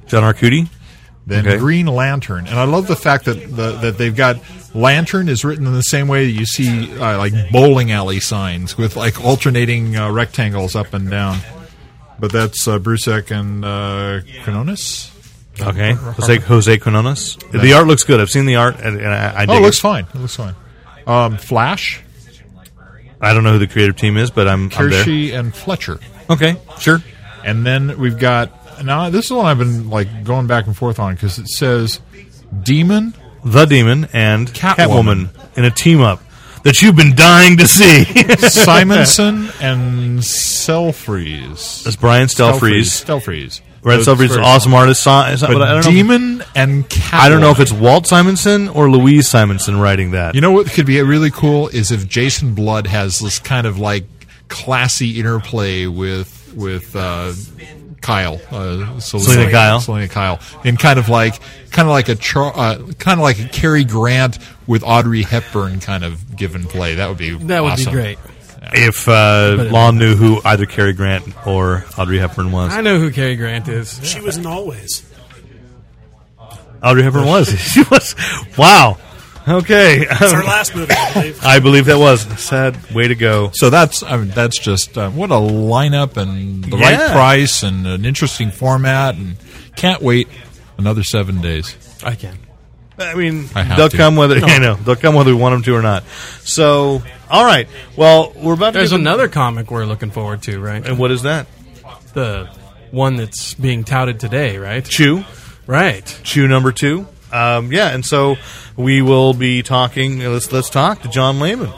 John Arcudi. Then Okay. Green Lantern, and I love the fact that the, that they've got Lantern is written in the same way that you see uh, like bowling alley signs with like alternating uh, rectangles up and down. But that's uh, Brusek and uh, Quinones. Okay, Jose Jose Quinones. The art looks good. I've seen the art, and, and I, I Oh, dig it looks it. fine. It looks fine. Um, Flash, I don't know who the creative team is, but I'm, I'm there. Kershey, and Fletcher. Okay, sure. And then we've got now this is one I've been like going back and forth on because it says Demon. The Demon and Catwoman. Catwoman, in a team up that you've been dying to see. Simonson and Selfries. That's Brian Stelfreeze. Stelfreeze. Red So it's Selfridge is an very awesome small. artist. So, so- but I But don't know. Demon and Catwoman. I don't know if it's Walt Simonson or Louise Simonson writing that. You know what could be really cool is if Jason Blood has this kind of like classy interplay with with uh, Kyle, uh, Selena, Selena Kyle. Selena Kyle, and kind of like kind of like a char- uh, kind of like a Cary Grant with Audrey Hepburn kind of give and play. That would be That would awesome. be great. if uh, it- Lon knew who either Cary Grant or Audrey Hepburn was, I know who Cary Grant is. She wasn't always. Oh. Audrey Hepburn was. she was. Wow. Okay. It's her last movie, I believe. I believe that was sad. Way to go. So that's I mean, that's just uh, what a lineup and the right Yeah. price and an interesting format and can't wait another seven days. I can. I mean, I have they'll to. come whether you know they'll come whether we want them to or not. So, all right. Well, we're about to. There's get to- another comic we're looking forward to, right? And what is that? The one that's being touted today, right? Chew. Right. Chew number two. Um, yeah, and so we will be talking. Let's let's talk to John Lehman.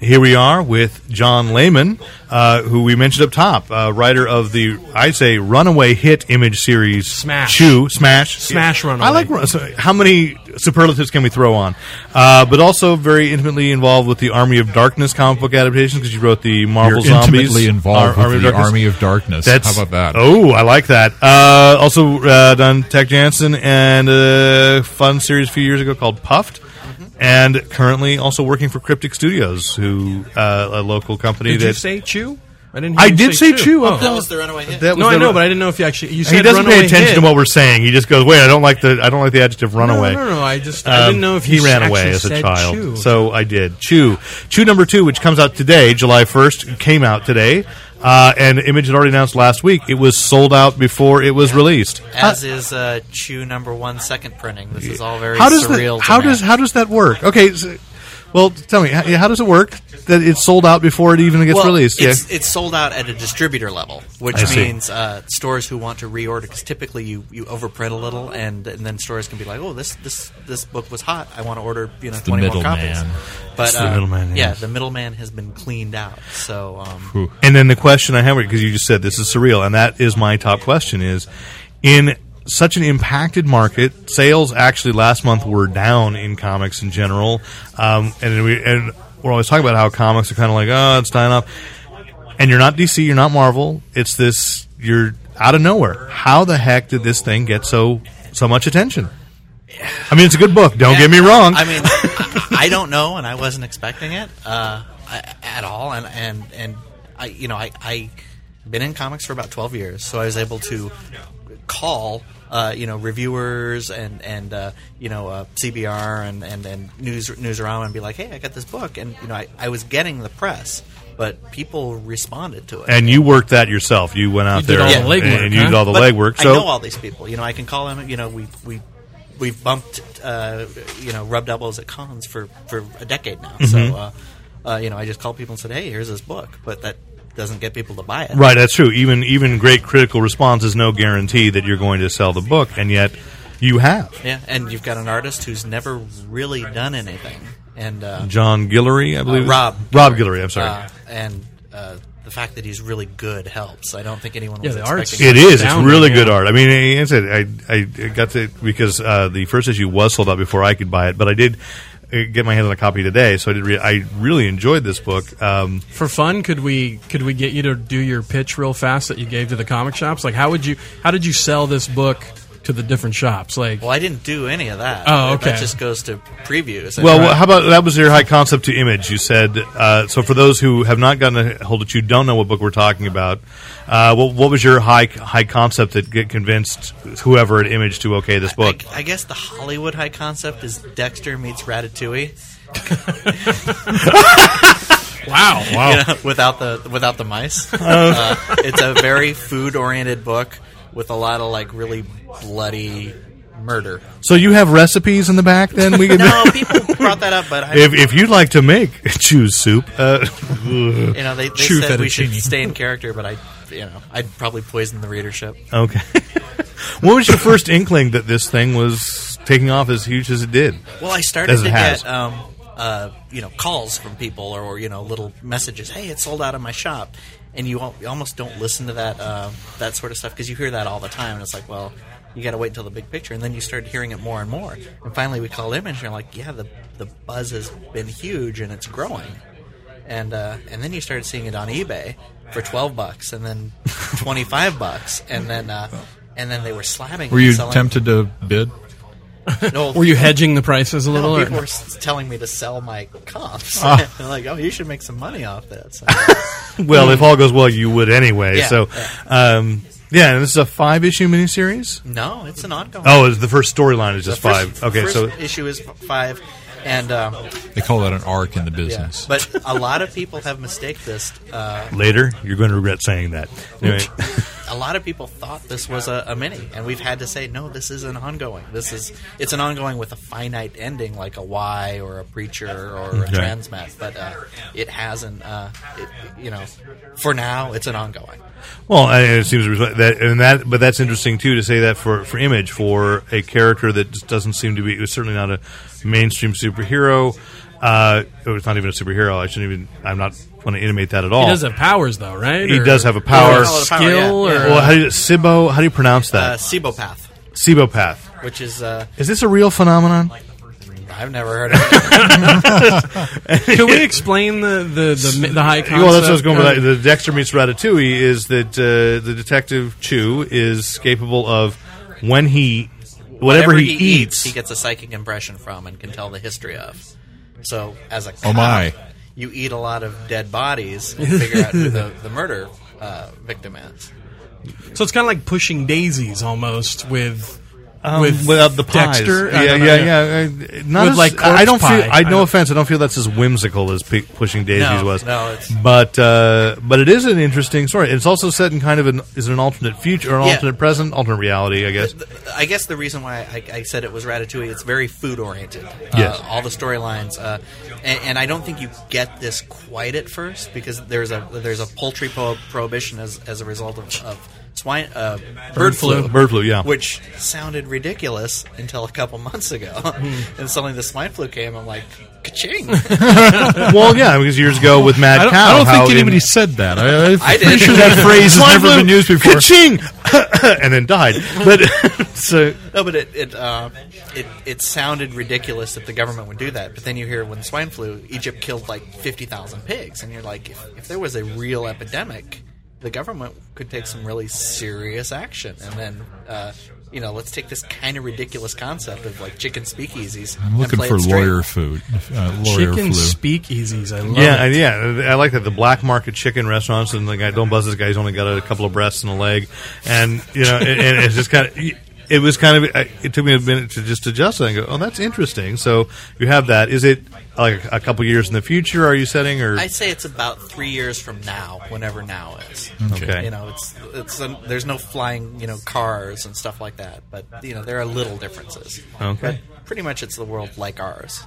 Here we are with John Lehman, uh, who we mentioned up top, uh, writer of the I say runaway hit image series Smash. Chew Smash Smash Runaway. I like run- so how many superlatives can we throw on, uh, but also very intimately involved with the Army of Darkness comic book adaptations because you wrote the Marvel You're Zombies intimately involved Ar- with the Darkness. Army of Darkness. That's How about that? Oh, I like that. Uh, also uh, done Tech Jansen and a fun series a few years ago called Puffed, Mm-hmm. and currently also working for Cryptic Studios, who uh, a local company Did that you say Chew? I didn't. I you did say Chew. Oh. That was the runaway hit. that was No, I the- know, but I didn't know if you actually. You said he doesn't pay runaway attention hit. to what we're saying. He just goes, "Wait, I don't like the I don't like the adjective runaway." No, no, no. I just I Um, didn't know if he you ran actually away as a said child. Chew. So I did. Chew, Chew number two, which comes out today, July first, came out today, uh, and Image had already announced last week it was sold out before it was released. As is uh, Chew number one second printing. This is all very how does surreal. that, how to me. does how does that work? Okay, so, well, tell me how, how does it work that it's sold out before it even gets well, released? It's, it's sold out at a distributor level, which I see. means uh, stores who want to reorder because typically you, you overprint a little, and, and then stores can be like, oh, this this this book was hot. I want to order you know the twenty more middleman. copies. But It's the uh, middleman, yeah, yes. the middleman has been cleaned out. So um, And then the question I have, because you just said this is surreal, and that is my top question: is in such an impacted market, sales actually last month were down in comics in general, um, and we and we're always talking about how comics are kind of like, oh, it's dying off, and you're not DC, you're not Marvel. It's this you're out of nowhere. How the heck did this thing get so so much attention? I mean, it's a good book. Don't get me wrong. I mean, I, I don't know, and I wasn't expecting it uh, I- at all. And and and I, you know, I I been in comics for about twelve years, so I was able to call. Uh, you know reviewers and and uh, you know uh, CBR and and and news newsround and be like, hey, I got this book, and you know I, I was getting the press, but people responded to it. and you worked that yourself. You went out did there all the and, legwork, and you did huh? all the But legwork. So I know all these people. You know, I can call them. You know, we we we've bumped. Uh, you know, rubbed elbows at cons for for a decade now. Mm-hmm. So, uh, uh, you know, I just call people and said, "Hey, here's this book," but that doesn't get people to buy it. Right, that's true. Even even great critical response is no guarantee that you're going to sell the book, and yet you have Yeah, and you've got an artist who's never really done anything, and uh, John Guillory, I believe. Uh, Rob. Rob Guillory. I'm sorry. uh, and uh, the fact that he's really good helps. I don't think anyone Yeah, was the expecting art's- it is. It's Astounding, really yeah. good art. I mean, I, I said I I got to because uh, the first issue was sold out before I could buy it, but I did uh, get my hands on a copy today, so I did. Re- I really enjoyed this book. Um, For fun, could we could we get you to do your pitch real fast that you gave to the comic shops? Like, how would you how did you sell this book to the different shops? Like, Well, I didn't do any of that. Oh, okay. That just goes to previews. Well, wh- how about that was your high concept to image? You said uh, so. For those who have not gotten a hold of you, don't know what book we're talking about. Uh, what, what was your high high concept that get convinced whoever at image to okay this book? I, I guess the Hollywood high concept is Dexter meets Ratatouille. wow, wow. you know, without the without the mice. Uh, it's a very food oriented book with a lot of like really bloody murder. so you have recipes in the back? Then we could. No, people brought that up, but I, If, if you'd like to make choose soup, uh, you know they, they True said we should fettuccine. stay in character, but I, you know, I'd probably poison the readership. okay. what was your first inkling that this thing was taking off as huge as it did? Well, I started As it to has. get um, uh, you know calls from people or, or you know little messages. Hey, it's sold out of my shop, and you, al- you almost don't listen to that uh, that sort of stuff because you hear that all the time, and it's like, well, you got to wait until the big picture, and then you started hearing it more and more, and finally we called Image, and they're like, yeah, the the buzz has been huge and it's growing, and uh, and then you started seeing it on eBay for twelve bucks, and then twenty five bucks, and then. Uh, and then they were slamming. Were it, you selling- tempted to bid? No, Were you hedging the prices a little? no, or- people were s- telling me to sell my cuffs. Ah. They're like, oh, you should make some money off that. So, Well, if all goes well, you would anyway. Yeah, so, um, yeah, and this is a five issue miniseries. no, it's an ongoing. Oh, it's the first storyline is The just first- five. Okay, first so issue is f- five, and um, They call that an arc in the yeah. business. but a lot of people have mistaked this. Uh, later you're going to regret saying that. Anyway, a lot of people thought this was a, a mini, and we've had to say no. This is an ongoing. This is it's an ongoing with a finite ending, like a Y or a Preacher or a Okay. Transmet. But uh, it hasn't. Uh, it, you know, for now, it's an ongoing. Well, I- it seems res- that and that, but that's interesting too to say that for for image for a character that just doesn't seem to be it's certainly not a mainstream superhero. Uh, or it's not even a superhero. I shouldn't even. I'm not want to intimate that at all. He does have powers, though, right? He does have a power. or Oh, the power, skill, yeah, or well, how do you, Sibo? How do you pronounce Uh, that? Sibopath, Sibopath. which is uh, Is this a real phenomenon? I've never heard of. it. Can we explain the the the, the high concept? Um, Well, that's what I was going with. that. The Dexter meets Ratatouille is that uh, the detective Chu is capable of when he whatever, he, eats. he gets a psychic impression from and can tell the history of. So, as a Oh, cop, my. you eat a lot of dead bodies and figure out who the, the murder uh, victim is. So it's kind of like pushing daisies almost with um, with Um, without the pies. Dexter. I yeah, don't yeah, know, yeah, I- Not With, as- like, I I don't corpse feel. pie. I no I- offense. I don't feel that's as whimsical as P- pushing daisies No, was. no, it's- but uh, but it is an interesting story. It's also set in kind of an is it an alternate future or an Yeah. alternate present, alternate reality, I guess. Th- I guess the reason why I, I said it was Ratatouille, it's very food oriented. Yes. Uh, all the storylines, uh, and, and I don't think you get this quite at first because there's a there's a poultry po- prohibition as, as a result of, of swine uh, bird, flu. Bird flu, yeah. which sounded ridiculous until a couple months ago, Hmm. and suddenly the swine flu came. I'm like, ka-ching! well, yeah, because years ago with Mad I don't, Cow, I don't how think in- anybody said that. I, I'm I did. pretty sure that phrase has Swine never flu, been used before. ka-ching! and then died. But so No, but it it, uh, it it sounded ridiculous that the government would do that. But then you hear when swine flu, Egypt killed like fifty thousand pigs, and you're like, if, if there was a real epidemic, the government could take some really serious action. And then, uh, you know, let's take this kind of ridiculous concept of like chicken speakeasies. I'm looking for lawyer food. Uh, lawyer Chicken flu. speakeasies. I love Yeah, it. and yeah. I like that the black market chicken restaurants and the guy don't buzz this guy. He's only got a couple of breasts and a leg, and you know, and, and it's just kind of. It was kind of. I- It took me a minute to just adjust that and go, "Oh, that's interesting." So you have that. Is it like a couple years in the future? Are you setting or I say it's about three years from now, whenever now is. Okay. You know, it's it's um, there's no flying, you know, cars and stuff like that. But you know, there are little differences. Okay. But pretty much, it's the world like ours,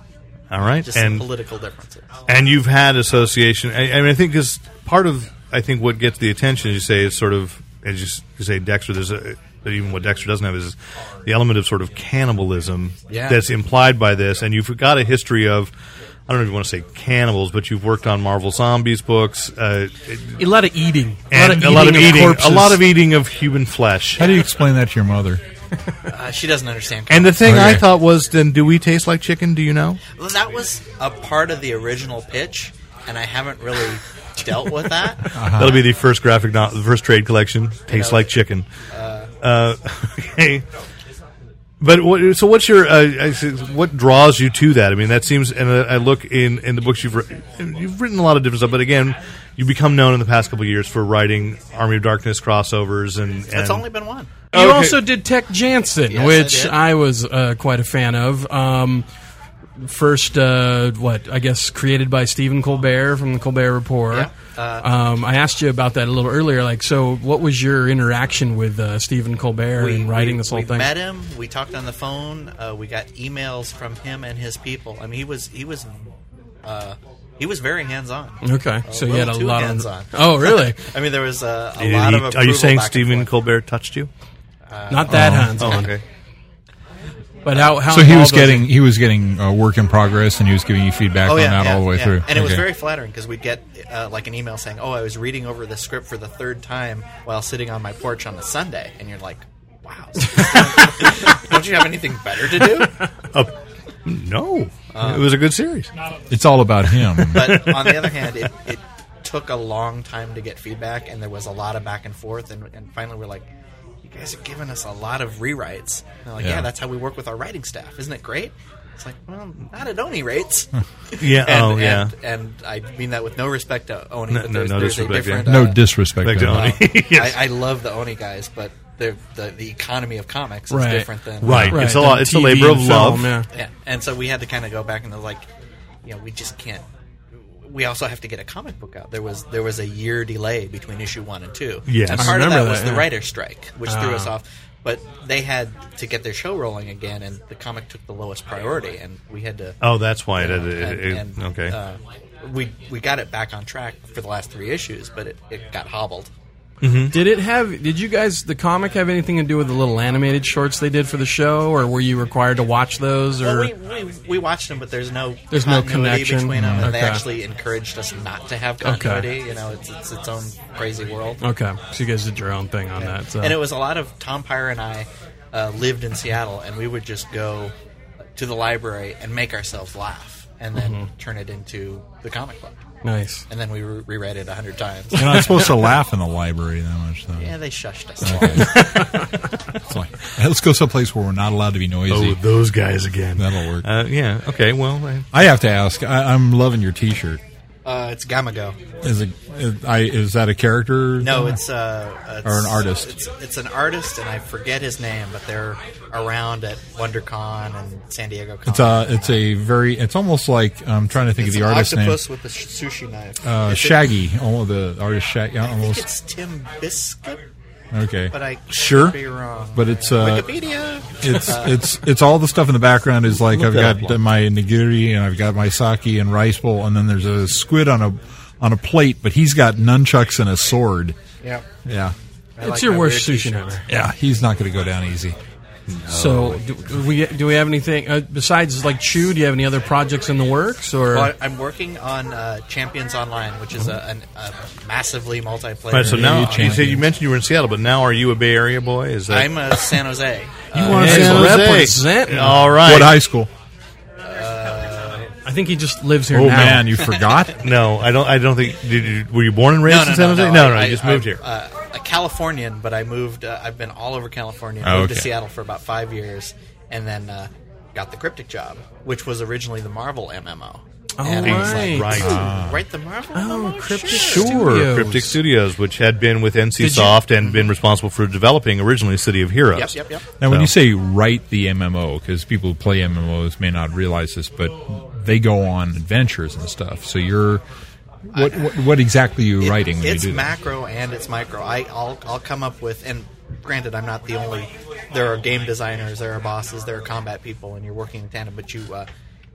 all right? just and political differences. and you've had association. I, I mean, I think because part of I think what gets the attention, as you say, is sort of as you, s- you say, Dexter. There's a, that even what Dexter doesn't have is the element of sort of cannibalism Yeah. that's implied by this, and you've got a history of. I don't even want to say cannibals, but you've worked on Marvel Zombies books, uh, a lot of eating, and a lot of eating, a corpses. lot of eating of human flesh. How do you explain that to your mother? Uh, she doesn't understand. And the thing I Okay. thought was, then, do we taste like chicken? Do you know? Well, that was a part of the original pitch, and I haven't really dealt with that. Uh-huh. That'll be the first graphic, no- the first trade collection. Tastes know. like chicken. Uh, okay. But what, so, what's your uh, I see- what draws you to that? I mean, that seems. And I I look in in the books you've written. You've written a lot of different stuff, but again, you become known in the past couple of years for writing Army of Darkness crossovers, and, and It's only been one. You Okay. also did Tech Jansen, Yes, I which did. I, was uh, quite a fan of. Um, first, uh, what I guess created by Stephen Colbert from the Colbert Report. Yeah, uh, um, I asked you about that a little earlier. Like, so what was your interaction with uh, Stephen Colbert in writing this whole we thing? met him. We talked on the phone. Uh, we got emails from him and his people. I mean, he was he was uh, he was very hands on. Okay, so you had a little too lot hands on. on. Oh, really? I mean, there was uh, a Did lot he- of. Approval are you saying back and Stephen forth. Oh, Colbert touched you? Not that hands on. But how? how Oh, So he was involved getting he was getting uh, work in progress, and he was giving you feedback Oh on yeah, that yeah, all the way yeah. through. and it was Okay. very flattering because we'd get uh, like an email saying, "Oh, I was reading over the script for the third time while sitting on my porch on a Sunday," and you're like, "Wow, don't you have anything better to do?" No, Uh, it was a good series. It's all about him. But on the other hand, it, it took a long time to get feedback, and there was a lot of back and forth, and, and finally we're like. "You Guys are giving us a lot of rewrites. And they're like, yeah. Yeah. that's how we work with our writing staff. Isn't it great? It's like, well, not at Oni rates. Yeah. and, oh, and, yeah. And I mean that with no respect to Oni, No- but no- there's, no there's a disrespect, yeah. different. no uh, disrespect Back to to him. Oni. Yes. I, I love the Oni guys, but they're, the the economy of comics is Right. different than Right. Right, It's a lot. on It's a TV labor and of love. film, yeah. Yeah, and so we had to kind of go back and they're like, you know, we just can't. we also have to get a comic book out. There was there was a year delay between issue one and two. Yes. and I part of that, remember was that, the yeah. writer strike, which threw Ah. us off. But they had to get their show rolling again, and the comic took the lowest priority, and we had to. Oh, that's why it, you know, it, it, it- and- and, okay. uh, we we got it back on track for the last three issues, but it, it got hobbled. Did it have? Did you guys the comic have anything to do with the little animated shorts they did for the show, or were you required to watch those? Or Well, we, we, we watched them, but there's no There's no continuity connection. between them, and they Okay. actually encouraged us not to have continuity. You know, it's it's its own crazy world. okay, so you guys did your own thing on that. So. And it was a lot of Tom Pyre and I uh, lived in Seattle, and we would just go to the library and make ourselves laugh, and then Mm-hmm. turn it into the comic book. nice. And then we re- reread it a hundred times. You're not supposed to laugh in the library that much, though. yeah, they shushed us. It's like, hey, let's go someplace where we're not allowed to be noisy. oh, those guys again. That'll work. Uh, yeah. Okay. Well, I, I have to ask. I, I'm loving your T-shirt. Uh, it's Gamago. Is it? Is, I, is that a character? No, it's, uh, it's Or an artist. It's, it's an artist, and I forget his name, but they're around at WonderCon and San Diego. Con. It's a. It's a very. It's almost like I'm trying to think It's of an the artist name. octopus with a sh- sushi knife. Uh, Is it- Shaggy. Oh, the artist Shaggy. I think Almost. it's Tim Biscuit, Okay. but I could sure. be wrong. But it's uh, Wikipedia. it's it's it's all the stuff in the background is like I've that got up, Lon. my nigiri and I've got my sake and rice bowl and then there's a squid on a on a plate, but he's got nunchucks and a sword. Yeah. Yeah, I It's like your my worst weird sushi t-shirts. ever. yeah. He's not going to go down easy. So do, do we do we have anything uh, besides like Chew? Do you have any other projects in the works? Or Well, I'm working on uh, Champions Online, which is a, an, a massively multiplayer. all right, so now you, champions. said you mentioned you were in Seattle, but now are you a Bay Area boy? Is that I'm a San Jose. you Uh, want Hey, to Jose. represent? All right. What high school? I think he just lives here Oh now. man, you forgot. no, I don't. I don't think. Did you, were you born and raised no, no, in San no, Jose? no, no, I- you just I- moved here. Uh, a Californian, but I moved. Uh, I've been all over California. Oh, moved okay. to Seattle for about five years, and then uh, got the cryptic job, which was originally the Marvel MMO. Oh, and I was right. like, right. Ah. right, the Marvel. Oh, MMO? Cryptic Sure. Studios. Cryptic Studios, which had been with NCSoft and been responsible for developing originally City of Heroes. Mm-hmm. Yep, yep, yep. Now, when So- you say write the MMO, because people who play MMOs may not realize this, but they go on adventures and stuff. So you're what what, what exactly are you It- writing when it's you do that? macro and it's micro. I, I'll I'll come up with and granted I'm not the only. There are game designers, there are bosses, there are combat people, and you're working in tandem. But you uh,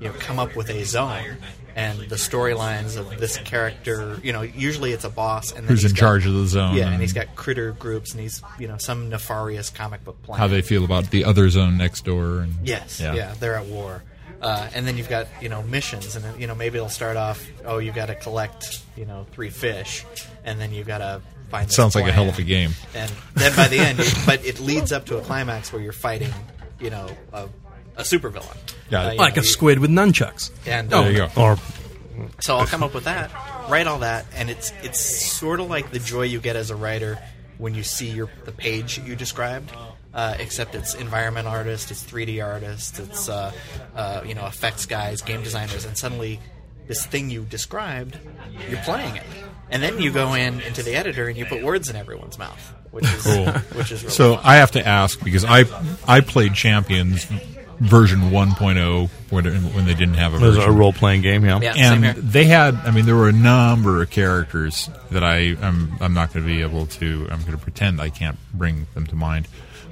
you know come up with a zone and the storylines of this character. You know usually it's a boss and then Who's he's in got- charge of the zone? Yeah, and he's got critter groups, and he's you know some nefarious comic book plan. how they feel about the other zone next door. And, Yes, yeah, they're at war. Uh, and then you've got you know missions, and then, you know maybe it'll start off. Oh, you've got to collect you know three fish, and then you've got to find. this Sounds like a plan. hell of a game. And then by the end, it- but it leads up to a climax where you're fighting, you know, a, a supervillain. Uh, Got it. you like know, a squid with nunchucks. Oh, And uh, There you go. Or so I'll come up with that, write all that, and it's it's sort of like the joy you get as a writer when you see your the page you described. Uh, except it's environment artists, it's 3D artists, it's uh, uh, you know effects guys, game designers, and suddenly this thing you described, you're playing it, and then you go in into the editor and you put words in everyone's mouth, which is Cool. which is really So fun. I have to ask because I I played Champions version 1.0 when, when they didn't have a there's version. a role playing game. Yeah. Yeah. and Same here. they had i mean there were a number of characters that i i'm, I'm not going to be able to i'm going to pretend i can't bring them to mind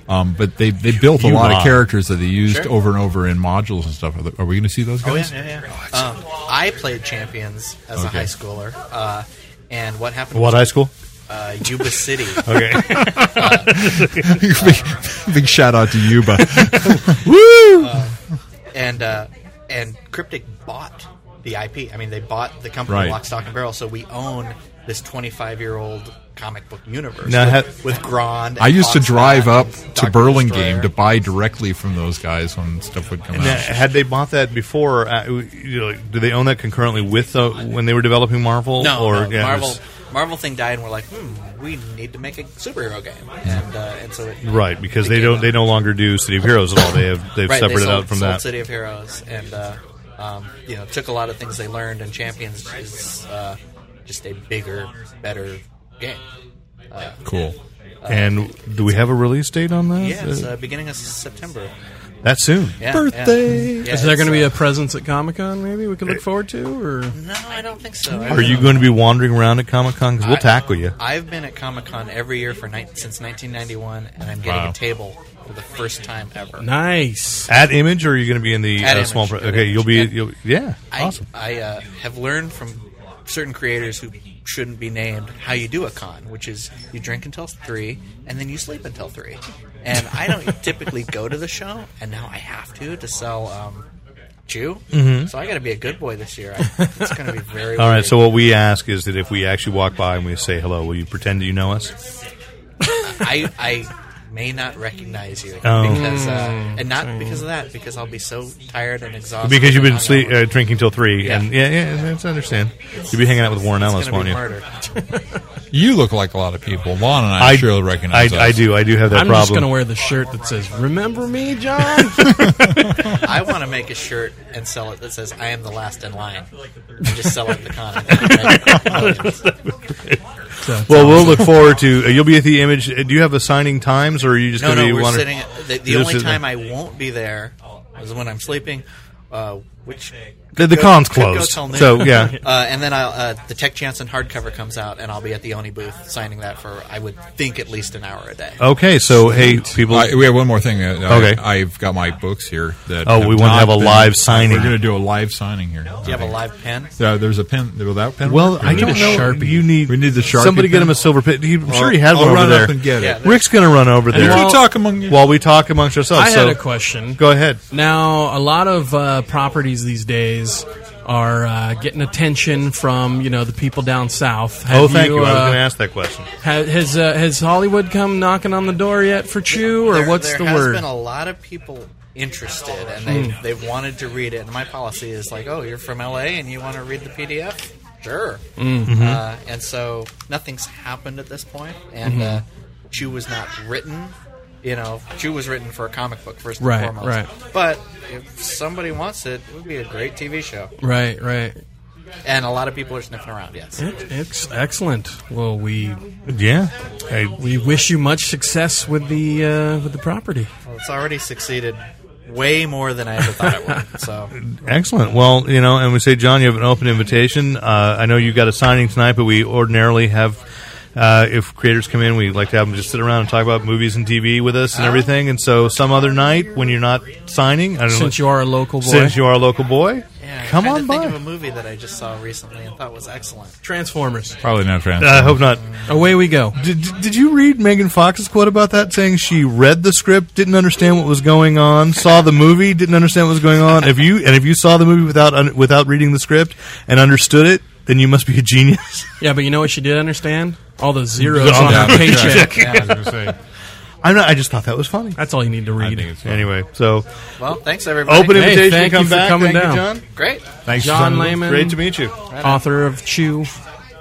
um, but they they built a You lot lie. of characters that they used Sure. over and over in modules and stuff are, the- are we going to see those Oh, yeah, guys yeah, yeah. Um, I played Champions as a Okay. high schooler, uh, and what happened? What was, high school? uh, Yuba City. Okay. big, big shout out to yuba and uh, and Cryptic bought the IP. I mean, they bought the company Right. Lock, Stock, and Barrel, so we own this 25 year old comic book universe Now, with, have- with Grand. i used to drive up to burlingame Burlingame to buy directly from those guys when stuff would come Now, out had they bought that before? Uh, you know, do they own that concurrently with the, when they were developing Marvel? No, or no, yeah, it Marvel. was- Marvel thing died, and we're like, hmm, we need to make a superhero game, and uh, and so it, right? Because they became don't. a- They no longer do City of Heroes at all. They have. They've right, separated they sold, out from sold that. City of Heroes, and uh, um, you know took a lot of things they learned, and Champions is uh, just a bigger, better game. cool Uh, and do we have a release date on that? Yeah, it's uh, beginning of uh, September. That soon. Yeah, yeah. Birthday. Yeah, Is there it's, going to be uh, a presence at Comic Con? Maybe we could look forward to, or No, I don't think so. Are you going to be wandering around at Comic Con? Because we'll tackle you. I've been at Comic Con every year for nine since 1991, and I'm getting Wow. a table for the first time ever. nice. At Image, or are you going to be in the At uh, Image. small? Pro- At okay, Image, you'll be. yeah. You'll, yeah, I, awesome. I uh, have learned from certain creators who shouldn't be named how you do a con, which is you drink until three and then you sleep until three. And I don't typically go to the show, and now I have to to sell um, Jew. So I got to be a good boy this year. I, it's going to be very. Mm-hmm. All right. weird. So what we ask is that if we actually walk by and we say hello, will you pretend you know us? I, I may not recognize you Oh. because, uh, and not because of that, because I'll be so tired and exhausted Because you've been and sleep, hungover. uh, drinking till three, Yeah. and yeah, yeah, it's I understand. You'll be hanging out with Warren It's Ellis, gonna won't be you? murder. You look like a lot of people. Lon and I, sure recognize I, us. I do. I do have that I'm just problem. going to wear the shirt that says "Remember me, John." I want to make a shirt and sell it that says "I am the last in line." And just sell it at the con. well, we'll look forward to. Uh, you'll be at the image. uh, Do you have the signing times, or are you just no, going to no, be we're wandering- sitting. At, the the You're only sitting- time I won't be there is when I'm sleeping, uh, which The, the could go- con's could go closed, till noon. so yeah. Uh, and then I'll, uh, the Tech Jansen hardcover comes out, and I'll be at the Oni booth signing that for I would think at least an hour a day. Uh, Okay, so hey, people. I, we have one more thing. Uh, I- Okay. I've got my books here. That Oh, we wanna not have a been- live signing. We're going to do a live signing here. Do you have a live pen? Uh, there's a pen. Will that pen? well, work? I don't a know. Sharpie. You need. We need the Sharpie Somebody get thing. him a silver pit. He, I'm sure he has I'll one run over there. up and get Yeah, it. Rick's going to run over You there while- two talk among you. while we talk amongst ourselves. I so had a question. Go ahead. Now, a lot of uh, properties these days are uh, getting attention from you know the people down south. Have Oh, thank you. I was uh, going to ask that question. ha- has uh, has Hollywood come knocking on the door yet for Chew, or there, what's there the has word? Hmm. been a lot of people interested and they they've wanted to read it and my policy is like oh you're from la and you want to read the pdf sure Mm-hmm. uh, and so nothing's happened at this point and Mm-hmm. uh, chew was not written you know chew was written for a comic book first and Right, foremost right. but if somebody wants it it would be a great tv show right, right. and a lot of people are sniffing around yes It, it's excellent. Well, we Yeah. Hey, we wish you much success with the uh, with the property. well, it's already succeeded way more than i ever thought it would so excellent. Well, you know, and we say, John, you have an open invitation. Uh, I know you got a signing tonight, but we ordinarily have. Uh, if creators come in, we like to have them just sit around and talk about movies and TV with us and everything. And so, some other night when you're not signing, I don't Since know, you are a local boy, since you are a local boy, Yeah, I come tried to on by. Think of a movie that I just saw recently and thought was excellent. Transformers. Probably not trans. I hope not. Away we go. Did, did you read Megan Fox's quote about that, saying she read the script, didn't understand what was going on, saw the movie, didn't understand what was going on? If you and if you saw the movie without un, without reading the script and understood it, then you must be a genius. Yeah, but you know what she did understand? All the zeros Yeah, on yeah, her paycheck. Yeah, I was gonna say. I'm not. I just thought that was funny. That's all you need to I read. think it's fun. Anyway, so Well, thanks everybody. open Hey, invitation. thank come you for back. coming thank you, down. John. Great. Thanks, John John. Lehman, Great to meet you. author of Chew.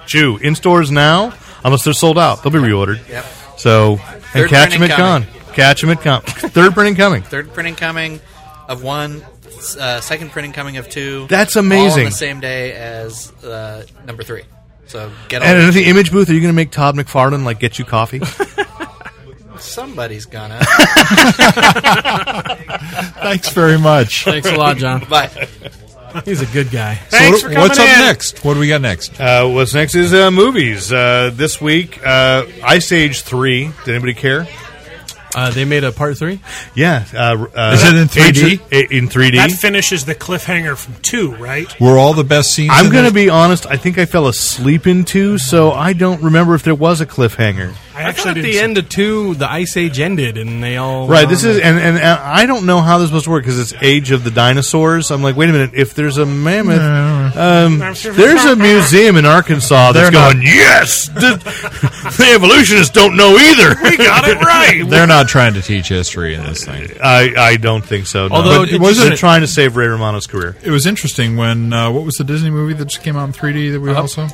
Chew in stores now, unless they're sold out. They'll be reordered. Yep. So and Third catch them at printing con. coming. Catch them at con. Third printing coming. Third printing coming of one, s- uh, second printing coming of two. That's All amazing. on the same day as uh, number three. So get all And at the image booth, are you going to make Todd McFarlane like get you coffee? somebody's gonna. Thanks very much. Thanks a lot, John. Bye. He's a good guy. Thanks So for coming what's up in. next? What do we got next? Uh, what's next is uh, movies. Uh, this week, uh, Ice Age 3. Did anybody care? Uh, they made a part three. Yeah. Uh, uh, Is it in 3D? Age- in 3D. That finishes the cliffhanger from two, right? Were all the best scenes? I'm in going to this? be honest. I think I fell asleep in 2, so I don't remember if there was a cliffhanger. I I actually thought at didn't the end of two, the Ice Age ended, and they all Right. This is, and, and, and I don't know how this must work because it's Age of the Dinosaurs. I'm like, wait a minute. If there's a mammoth, um, there's a museum in Arkansas that's going, yes, the, the evolutionists don't know either. We got it right. They're not trying to teach history in this thing. I, I don't think so. No. Although, But did wasn't you- it trying to save Ray Romano's career? It was interesting when uh, what was the Disney movie that just came out in 3D that we all saw?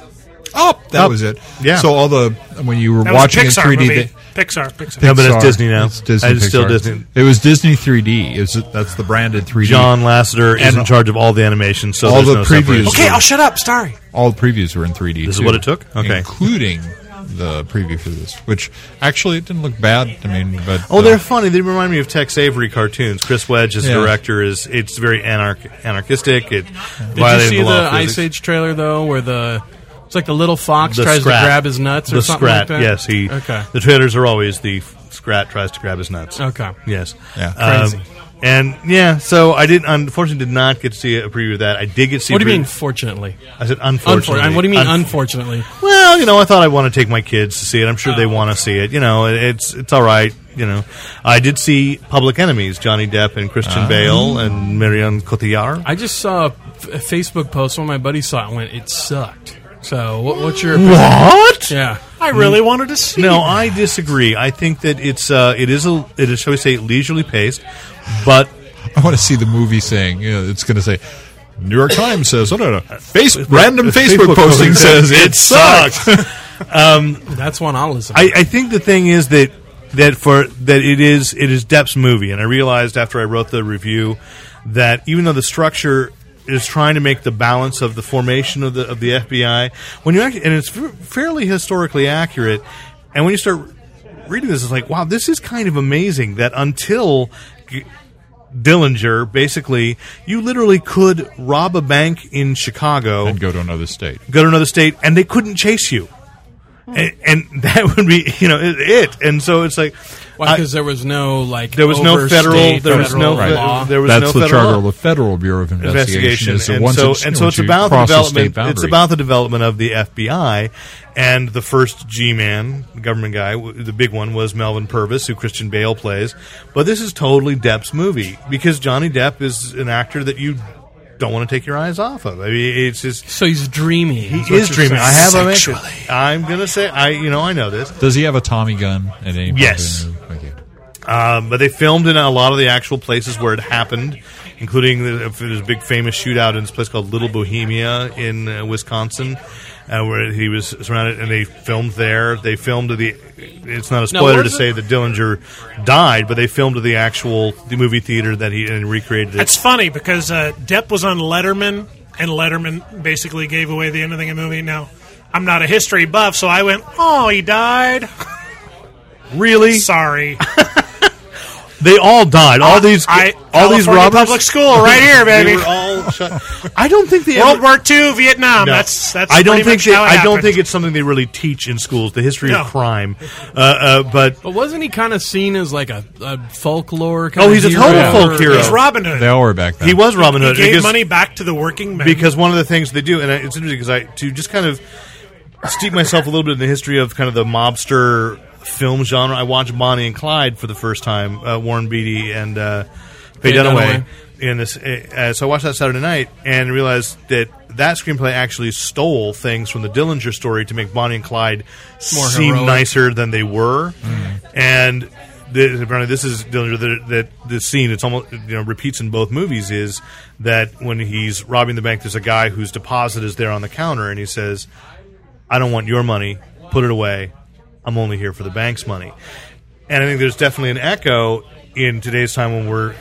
Up, That was it. Yeah. So all the when you were That was a watching Pixar in 3D, movie. they- Pixar, Pixar. No, but it's Pixar. Disney now. It's Disney. It's still Pixar. Disney. It was Disney 3D. Is it, that's the branded 3D. John Lasseter is And in charge of all the animation, so all there's the no previews. separation. Okay, I'll shut up. Sorry. All the previews were in 3D. This is too, what it took? Okay. including the preview for this, which actually it didn't look bad. I mean, but Oh, uh, they're funny. They remind me of Tex Avery cartoons. Chris Wedge as Yeah. director is it's very anarch- anarchistic. It Did you violated see the, the, law of Ice physics. Age trailer though, where the it's like the little fox The tries Scrat. to grab his nuts or the something scrat. like that? Yes, he. Okay. The trailers are always the f- scrat tries to grab his nuts. Okay. Yes. Yeah. Um, Crazy. and yeah, so I didn't. Unfortunately, did not get to see a preview of that. I did get to see. What a do you mean, preview- fortunately? I said Unfor- unfortunately. and what do you mean, Unf- unfortunately? Well, you know, I thought I want to take my kids to see it. I'm sure they want to see it. You know, it- it's it's all right. You know, I did see Public Enemies, Johnny Depp and Christian Bale and Marion Cotillard. I just saw a f- a Facebook post. One of my buddies saw it and went, it sucked. So, what, what's your opinion? What? Yeah. I really wanted to see. No, I disagree. I think that it's uh, it is a it is shall we say leisurely paced, but I want to see the movie saying you know, it's going to say. New York Times says, I don't know. Face, random Facebook, posting says it sucked. That's one I'll listen to. I, I think the thing is that that for that it is it is Depp's movie, and I realized after I wrote the review that even though the structure is trying to make the balance of the formation of the of the FBI, when you actually and it's fa- fairly historically accurate, and when you start reading this, it's like wow, this is kind of amazing that until. G- Dillinger, basically, you literally could rob a bank in Chicago and go to another state. go to another state, and they couldn't chase you. And, and that would be, you know, it. it. And so it's like, Why? I- Because there was no, like, there was no overstate federal, there was federal no, Right. law. there was That's no the federal charter law of the Federal Bureau of Investigation. investigation. is that And once so, it's, and so once it's you about the cross state development. it's boundary. about the development of the FBI and the first G-man, government guy. w- The big one was Melvin Purvis, who Christian Bale plays. But this is totally Depp's movie because Johnny Depp is an actor that you don't want to take your eyes off of. I mean, it's just So he's dreamy. is He what is you're dreaming. saying. I have a mention. I'm gonna say I. You know I know this, Does he have a Tommy gun at any point? Yes. Okay. um, but they filmed in a lot of the actual places where it happened, including the, there's a big famous shootout in this place called Little Bohemia in uh, Wisconsin, uh, where he was surrounded, and they filmed there. They filmed to the. It's not a Now, spoiler to was it- say that Dillinger died, but they filmed to the actual the movie theater that he and recreated it. That's funny because uh, Depp was on Letterman, and Letterman basically gave away the ending of the movie. Now, I'm not a history buff, so I went, "Oh, he died." really, Sorry, they all died. All these, all I California these robbers. public school right here, they baby. were all shut. I don't think they World ever, War II, Vietnam. No. That's that's. I don't pretty think much they, how it I don't happened. think it's something they really teach in schools. The history No. of crime, uh, uh, but But wasn't he kind of seen as like a, a folklore kind Oh, of he's a hero? total folk hero. He's Robin Hood. They all were back then. he was Robin he Hood gave because, money back to the working men. because one of the things they do, and I- it's interesting because I to just kind of steep myself a little bit in the history of kind of the mobster film genre. I watched Bonnie and Clyde for the first time, uh, Warren Beatty and uh, Faye Faye Dunaway. Dunaway. In this, uh, so I watched that Saturday night and realized that that screenplay actually stole things from the Dillinger story to make Bonnie and Clyde More seem heroic. Mm. nicer than they were, and. The, apparently, this is Dillinger. That, that the scene it's almost you know repeats in both movies is that when he's robbing the bank, there's a guy whose deposit is there on the counter, and he says, I don't want your money. Put it away. I'm only here for the bank's money. And I think there's definitely an echo in today's time when we're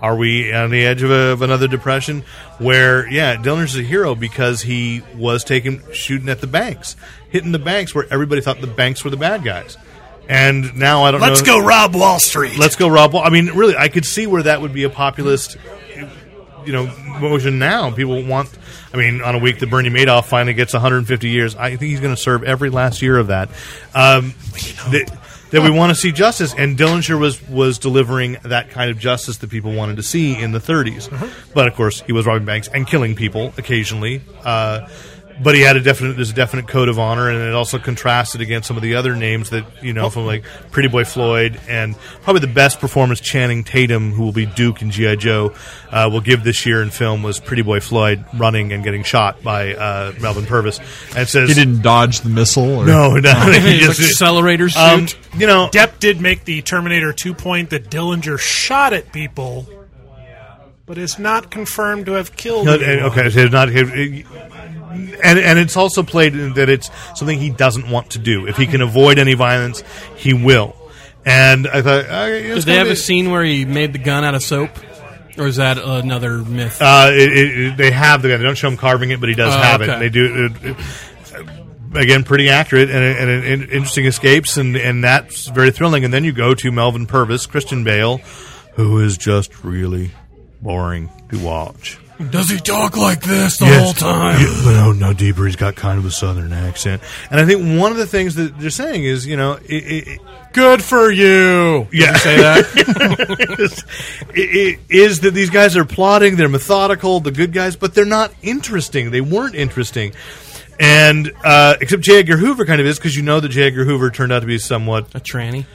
are we on the edge of, a, of another depression where yeah Dillinger's a hero because he was taken shooting at the banks hitting the banks where everybody thought the banks were the bad guys and now I don't let's know go rob Wall Street. let's go Rob Wal- I mean really I could see where that would be a populist you know motion now people want I mean on a week that Bernie Madoff finally gets 150 years I think he's going to serve every last year of that um, that, that we want to see justice and Dillinger was was delivering that kind of justice that people wanted to see in the 30s but of course he was robbing banks and killing people occasionally uh, but he had a definite there's a definite code of honor and it also contrasted against some of the other names that you know from like Pretty Boy Floyd and probably the best performance Channing Tatum who will be Duke in GI Joe uh, will give this year in film was Pretty Boy Floyd running and getting shot by uh, Melvin Purvis and says He didn't dodge the missile. Or, no no he He's like just accelerator suit. um, you know Depp did make the Terminator 2 point that Dillinger shot at people, but is not confirmed to have killed. No, anyone. and- okay, so it's not. And and it's also played in that it's something he doesn't want to do. If he can avoid any violence, he will. And I thought, uh, Did they have a scene where he made the gun out of soap? Or is that another myth? Uh, it, it, it- they have the gun. They don't show him carving it, but he does Oh, have it. okay. They do. It, it, again pretty accurate and, and, and interesting escapes, and, and that's very thrilling. And then you go to Melvin Purvis, Christian Bale, who is just really boring to watch. Does he talk like this the whole time? Uh, Yeah, no, no, deeper. He's got kind of a southern accent, and I think one of the things that they're saying is, you know, it, it, it- Good for you. yeah, say that is, i- i- is that these guys are plotting, they're methodical, the good guys, but they're not interesting. They weren't interesting, and uh, except J. Edgar Hoover kind of is because you know that J. Edgar Hoover turned out to be somewhat A tranny.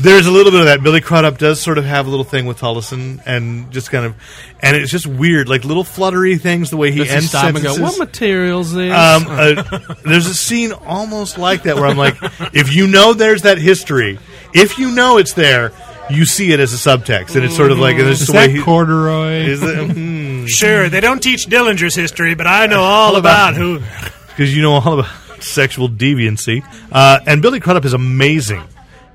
there's a little bit of that. Billy Crudup does sort of have a little thing with Tollison and just kind of, and it's just weird, like little fluttery things. The way he Does he ends stop and go, sentences. what material's this? um, uh, there's a scene almost like that where I'm like, if you know there's that history, if you know it's there, you see it as a subtext, and it's sort of like, and it's Is the way that he. corduroy? Is it, hmm. Sure, they don't teach Dillinger's history, but I know all about who. because you know all about sexual deviancy. Uh, and Billy Crudup is amazing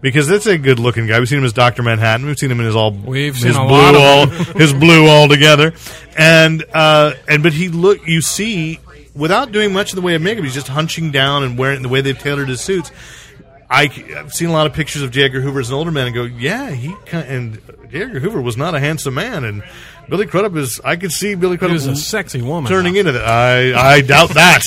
because that's a good looking guy. We've seen him as Doctor Manhattan. We've seen him in his all We've seen his a blue lot of all his blue all together. And uh, and but he look you see without doing much in the way of makeup, he's just hunching down and wearing the way they've tailored his suits. I, have seen a lot of pictures of J. Edgar Hoover as an older man and go, yeah, he ki- and J. Edgar Hoover was not a handsome man, and Billy Crudup is. I could see Billy Crudup he was a sexy woman. turning into that. I I doubt that.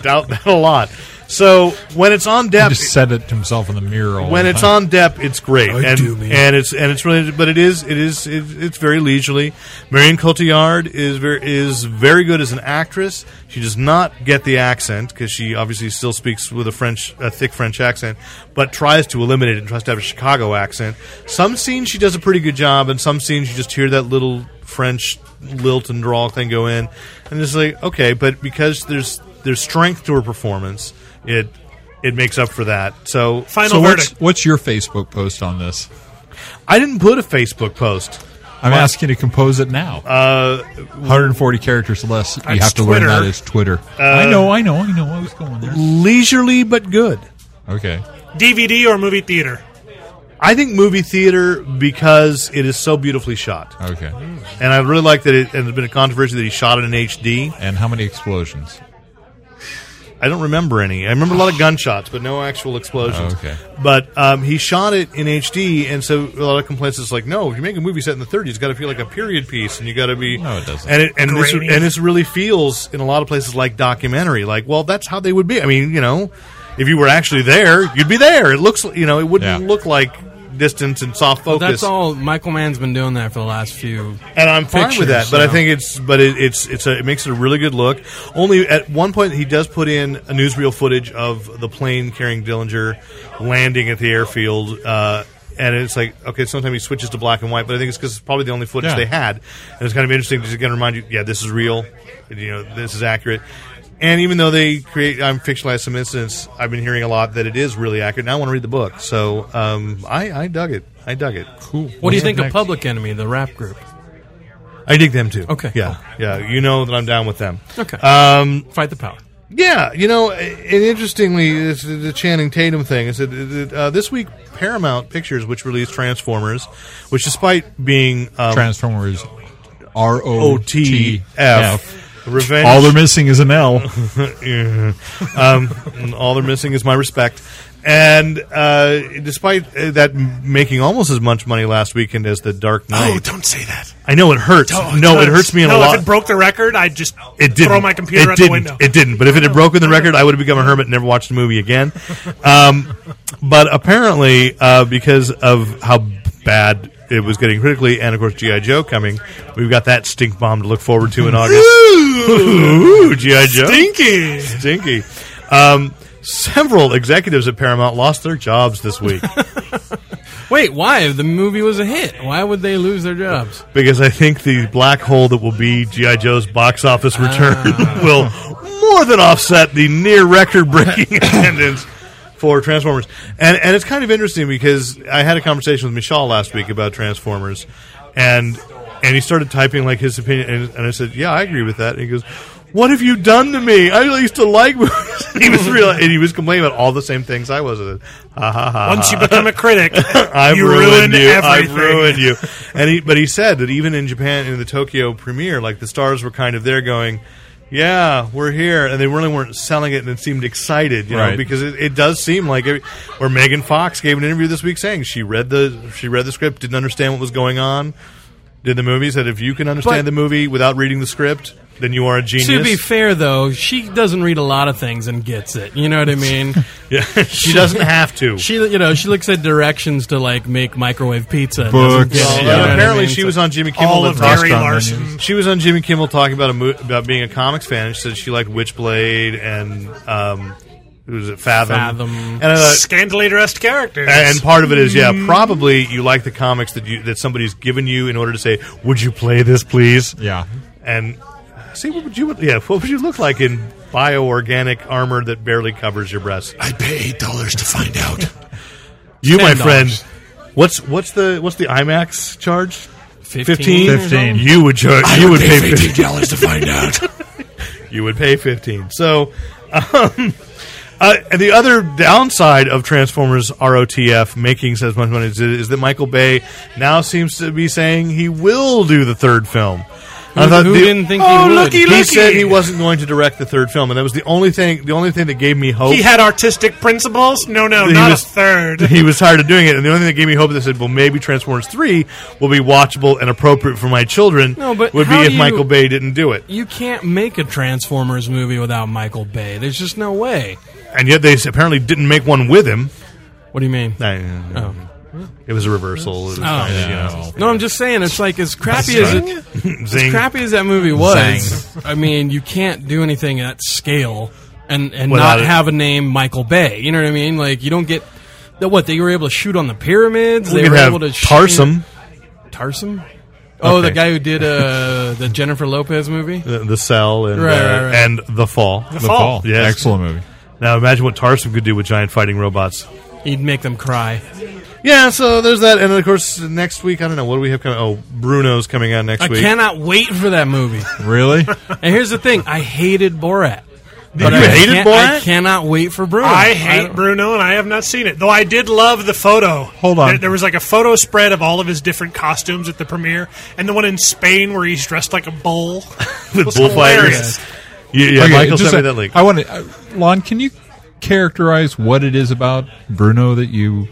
doubt that a lot. So when it's on He depth, just said it to himself in the mirror. all when the it's time. on depth, it's great, and do, man. and it's and it's really, but it is it is it, it's very leisurely. Marion Cotillard is very is very good as an actress. She does not get the accent because she obviously still speaks with a French a thick French accent, but tries to eliminate it and tries to have a Chicago accent. Some scenes she does a pretty good job, and some scenes you just hear that little French lilt and drawl thing go in, and it's like okay, but because there's there's strength to her performance, it. It makes up for that. So Final so what's, verdict. what's your Facebook post on this? I didn't put a Facebook post. I'm asking you to compose it now. Uh, 140 characters less. You That's have to Twitter. learn that is Twitter. I know, I know, I know. I was going there. leisurely but good. Okay. DVD or movie theater? I think movie theater because it is so beautifully shot, Okay. and I really like that. It, and there's been a controversy that he shot it in HD. And how many explosions? I don't remember any. I remember a lot of gunshots, but no actual explosions. Oh, Okay. But um, he shot it in HD, and so a lot of complaints is like, no, if you make a movie set in the 30s, it's got to feel like a period piece, and you got to be. No, it doesn't. And, it, and, this, Grainy. and this really feels, in a lot of places, like documentary. Like, well, that's how they would be. I mean, you know, if you were actually there, you'd be there. It looks, you know, it wouldn't Yeah. look like distance and soft focus That's all. Michael Mann's been doing that for the last few. and I'm fine with pictures, that. But I so. think it's but it, it's it's a, it makes it a really good look. Only at one point he does put in a newsreel footage of the plane carrying Dillinger landing at the airfield. Uh, and it's like okay. Sometimes he switches to black and white, but I think it's because it's probably the only footage Yeah. they had, and it's kind of interesting to just again remind you, yeah, this is real, and, you know, this is accurate. And even though they create, I'm fictionalized some incidents. I've been hearing a lot that it is really accurate, and I want to read the book. So um, I, I dug it. I dug it. Cool. What do you think of Next. Public Enemy, the rap group? I dig them too. Okay, Yeah. Yeah. You know that I'm down with them. Okay. Um, Fight the power. yeah. You know, and interestingly, this, the Channing Tatum thing is that that, uh, this week Paramount Pictures, which released Transformers, which despite being um, Transformers R O T F. OTF, Revenge. All they're missing is an L. Yeah. um, and all they're missing is my respect. And uh, despite uh, that m- making almost as much money last weekend as The Dark Knight, Oh, don't say that. I know it hurts. Oh, no, it does. hurts me in a no, lot. If it broke the record, I'd just It didn't. throw my computer it out didn't. the window. It didn't. But if it had broken the record, I would have become a hermit and never watched the movie again. Um, but apparently, uh, because of how bad it was getting critically, and of course GI Joe coming, we've got that stink bomb to look forward to in August. Ooh, GI Joe, Stinky. stinky. Um, several executives at Paramount lost their jobs this week. Wait, why? The movie was a hit. Why would they lose their jobs? because I think the black hole that will be GI Joe's box office return will more than offset the near record-breaking attendance for Transformers. And and it's kind of interesting because I had a conversation with Michelle last week about Transformers, and and he started typing like his opinion, and, and I said, "Yeah, I agree with that." And he goes. What have you done to me? I used to like movies. And he was real, and he was complaining about all the same things I was. I said, Ha ha ha! Once you become a critic, Uh, I've you ruined, you. everything. I've ruined you. And he, but he said that even in Japan, in the Tokyo premiere, like the stars were kind of there going, yeah, we're here, and they really weren't selling it, and it seemed excited, you know, Right. because it, it does seem like. It, or Megan Fox gave an interview this week saying she read the she read the script, didn't understand what was going on, did the movie said if you can understand But- the movie without reading the script, then you are a genius. To be fair, though, she doesn't read a lot of things and gets it. You know what I mean? yeah, she doesn't have to. she, you know, she looks at directions to like make microwave pizza. And doesn't Books. get Well, it, and you know what I apparently, mean? she So- was on Jimmy Kimmel. all and of talked Gary about- Larson. She was on Jimmy Kimmel talking about a mo- about being a comics fan. and She said she liked Witchblade and um, who was it? Fathom. Fathom. And, uh, Scandally dressed characters. and part of it is, yeah, probably you like the comics that you that somebody's given you in order to say, "Would you play this, please?" Yeah. And uh, see what would you yeah what would you look like in bioorganic armor that barely covers your breasts? I'd pay eight dollars to find out. You, my $10. friend. What's what's the what's the IMAX charge? 15? You would charge. I you would pay $15. fifteen dollars to find out. you would pay 15 so um, uh, and the other downside of transformers rotf making as much money as it is that michael bay now seems to be saying he will do the third film I Who- who didn't think he oh, would? Looky, He looky. said said he he wasn't going to direct the third film, and that was the only thing. The only thing that gave me hope. he had artistic principles. No, no, He not was- a third. he was tired of doing it, and the only thing that gave me hope that said, "Well, maybe Transformers Three will be watchable and appropriate for my children." No, but would be how if do you- Michael Bay didn't do it. You can't make a Transformers movie without Michael Bay. There's just no way. And yet, they apparently didn't make one with him. What do you mean? I- uh, It was a reversal. It was kind of, you know, No, I'm just saying it's like as crappy as it, zing. crappy as that movie was. I mean, you can't do anything at scale and and Without not it. have a name Michael Bay. You know what I mean? Like you don't get the, what they were able to shoot on the pyramids. We they could were have able to Tarsum, shoot, Tarsum. Oh, Okay. the guy who did uh, the Jennifer Lopez movie. the, the Cell, and Right, uh, right, right. and the Fall. The Fall. Yes. Excellent movie. Now imagine what Tarsum could do with giant fighting robots. He'd make them cry. Yeah, so there's that, and of course next week I don't know what do we have coming. Oh, Bruno's coming out next I week. cannot wait for that movie. Really? And here's the thing: I hated Borat. But you I hated can't- Borat? I cannot wait for Bruno. I hate don't- Bruno, and I have not seen it. Though I did love the photo. Hold on. there, there was like a photo spread of all of his different costumes at the premiere, and the one in Spain where he's dressed like a bull It was with bullfighters. hilarious. Yeah, yeah Okay, Michael just sent me a- that link. I want to. Lon, can you characterize what it is about Bruno that you?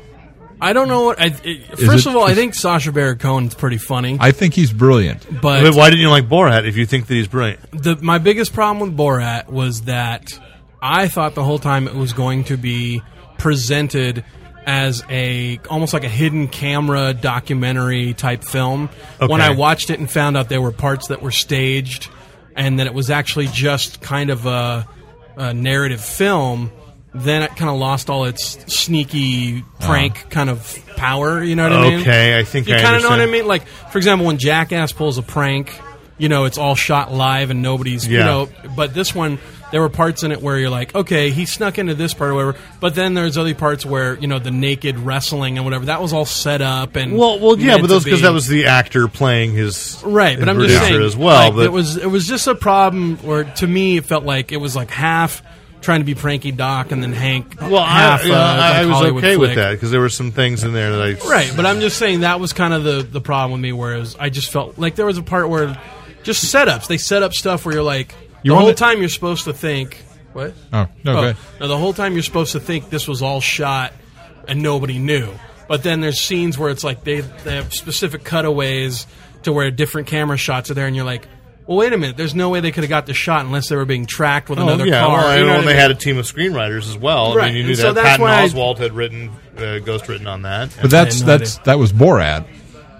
I don't know what. I, it, first it of all, I just- think Sasha Baron Cohen's pretty funny, I think he's brilliant. but But why didn't you like Borat if you think that he's brilliant? the, my biggest problem with Borat was that I thought the whole time it was going to be presented as a almost like a hidden camera documentary type film. When I Okay. watched it and found out there were parts that were staged, and that it was actually just kind of a, a narrative film. Then it kind of lost all its sneaky prank kind of power. You know what I mean? Uh-huh. Okay, I think you I kind of know what I understand. mean. Like, for example, when Jackass pulls a prank, you know, it's all shot live and nobody's, you Yeah. know. But this one, there were parts in it where you're like, okay, he snuck into this part or whatever. But then there's other parts where you know the naked wrestling and whatever that was all set up and Well, well, yeah, meant but to those because be. that was the actor playing his right. But his I'm just producer saying as well. like, but it was it was just a problem. Where to me, it felt like it was like half. Trying to be pranky Doc, and then Hank. well, half, I, you know, uh, I- like I was Hollywood okay with flick. that because there were some things in there that I Right, but I'm just saying that was kind of the the problem with me. Whereas I just felt like there was a part where just setups. They set up stuff where you're like You're the on whole the- time you're supposed to think what? Oh no, Oh, good. no, the whole time you're supposed to think this was all shot and nobody knew. But then there's scenes where it's like they they have specific cutaways to where different camera shots are there, and you're like. Well, wait a minute. There's no way they could have got the shot unless they were being tracked with another Oh, yeah, car. Well, I You know, know what and I they mean? had a team of screenwriters as well. I Right, mean, you and knew so that that's Patton why I- Oswald had written uh, Ghost written on that. But that's no that's idea. that was Borat,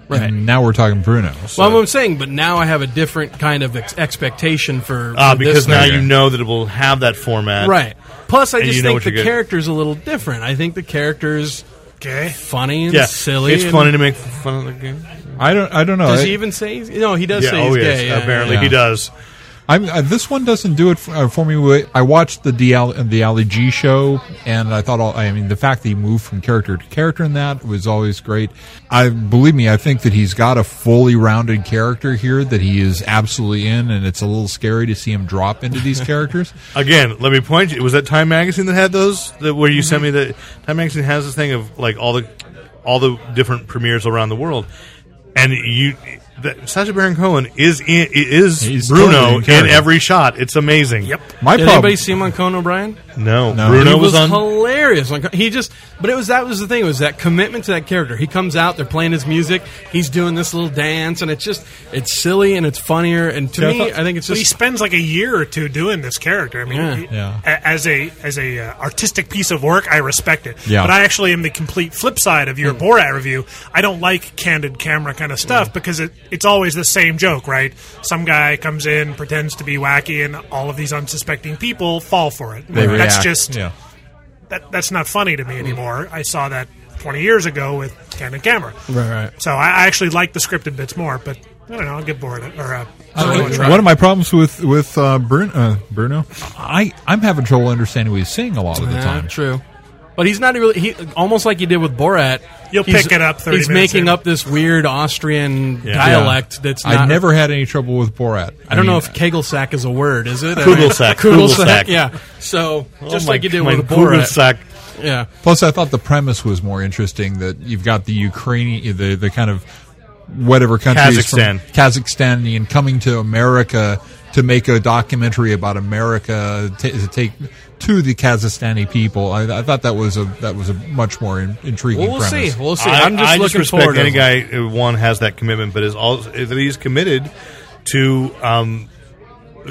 Right. and now we're talking Bruno. Well, I'm saying, but now I have a different kind of ex- expectation for, Ah, for this because now movie. you know that it will have that format. Right. Plus, I And just you know think what you're the getting. character's a little different. I think the character's Okay. funny and Yeah. silly. It's and- funny to make fun of the game. I don't. I don't know. Does I- he even say? He's, no, he does Yeah. say Oh, he's yes. gay. yeah, Apparently, yeah. he does. I'm, uh, this one doesn't do it for, uh, for me. Wa- I watched the DL, uh, the Ali G show, and I thought, all, I mean, the fact that he moved from character to character in that was always great. I believe me, I think that he's got a fully rounded character here that he is absolutely in, and it's a little scary to see him drop into these characters. Again, let me point you. Was that Time Magazine that had those? That where you sent me Mm-hmm. the Time Magazine has this thing of like all the all the different premieres around the world, and you that Sacha Baron Cohen is in, is He's totally Bruno in in character. every shot. It's amazing. Yep. My Did problem. anybody see him on Conan O'Brien? No, No. he Bruno was, was, on. hilarious. Like, he just, but it was that was the thing. It was that commitment to that character. He comes out, they're playing his music, he's doing this little dance, and it's just it's silly and it's funnier. And to Yeah, I me, I, thought- think it's But he just spends like a year or two doing this character. I mean, Yeah. he- Yeah. a- as a as a uh, artistic piece of work, I respect it. Yeah. Hmm. But I actually am the complete flip side of your Borat review. I don't like candid camera kind of stuff because it, it's always the same joke, right? Some guy comes in, pretends to be wacky, and all of these unsuspecting people fall for it. They that's react. just Yeah. Hmm. that, that's not funny to me anymore. I saw that 20 years ago with candid camera. right, right. So I, I actually like the scripted bits more, but I don't know. I'll get bored. Or uh, Uh, one of my problems with with uh, Bruno, uh, Bruno, I I'm having trouble understanding what he's saying a lot of the Yeah, time. Ah, True. But he's not really he almost like he did with Borat. You'll he's- pick it up 30 He's minutes making in. up this weird Austrian Yeah. dialect that's not I never had any trouble with Borat. I don't mean, know if Kegelsack is a word, is it? I mean- Kugelsack, Kugelsack. Kugelsack, yeah. So just oh my- like you did my with Google Borat. sack. Yeah. Plus, I thought the premise was more interesting that you've got the Ukrainian, the, the kind of whatever country is Kazakhstan. from Kazakhstanian coming to America to make a documentary about America t- to take to the Kazakhstani people. I, I thought that was a that was a much more in, intriguing. Well, we'll see. premise. We'll see. I, I'm just I looking respect forward any to it. guy who one has that commitment, but is also that he's committed to um,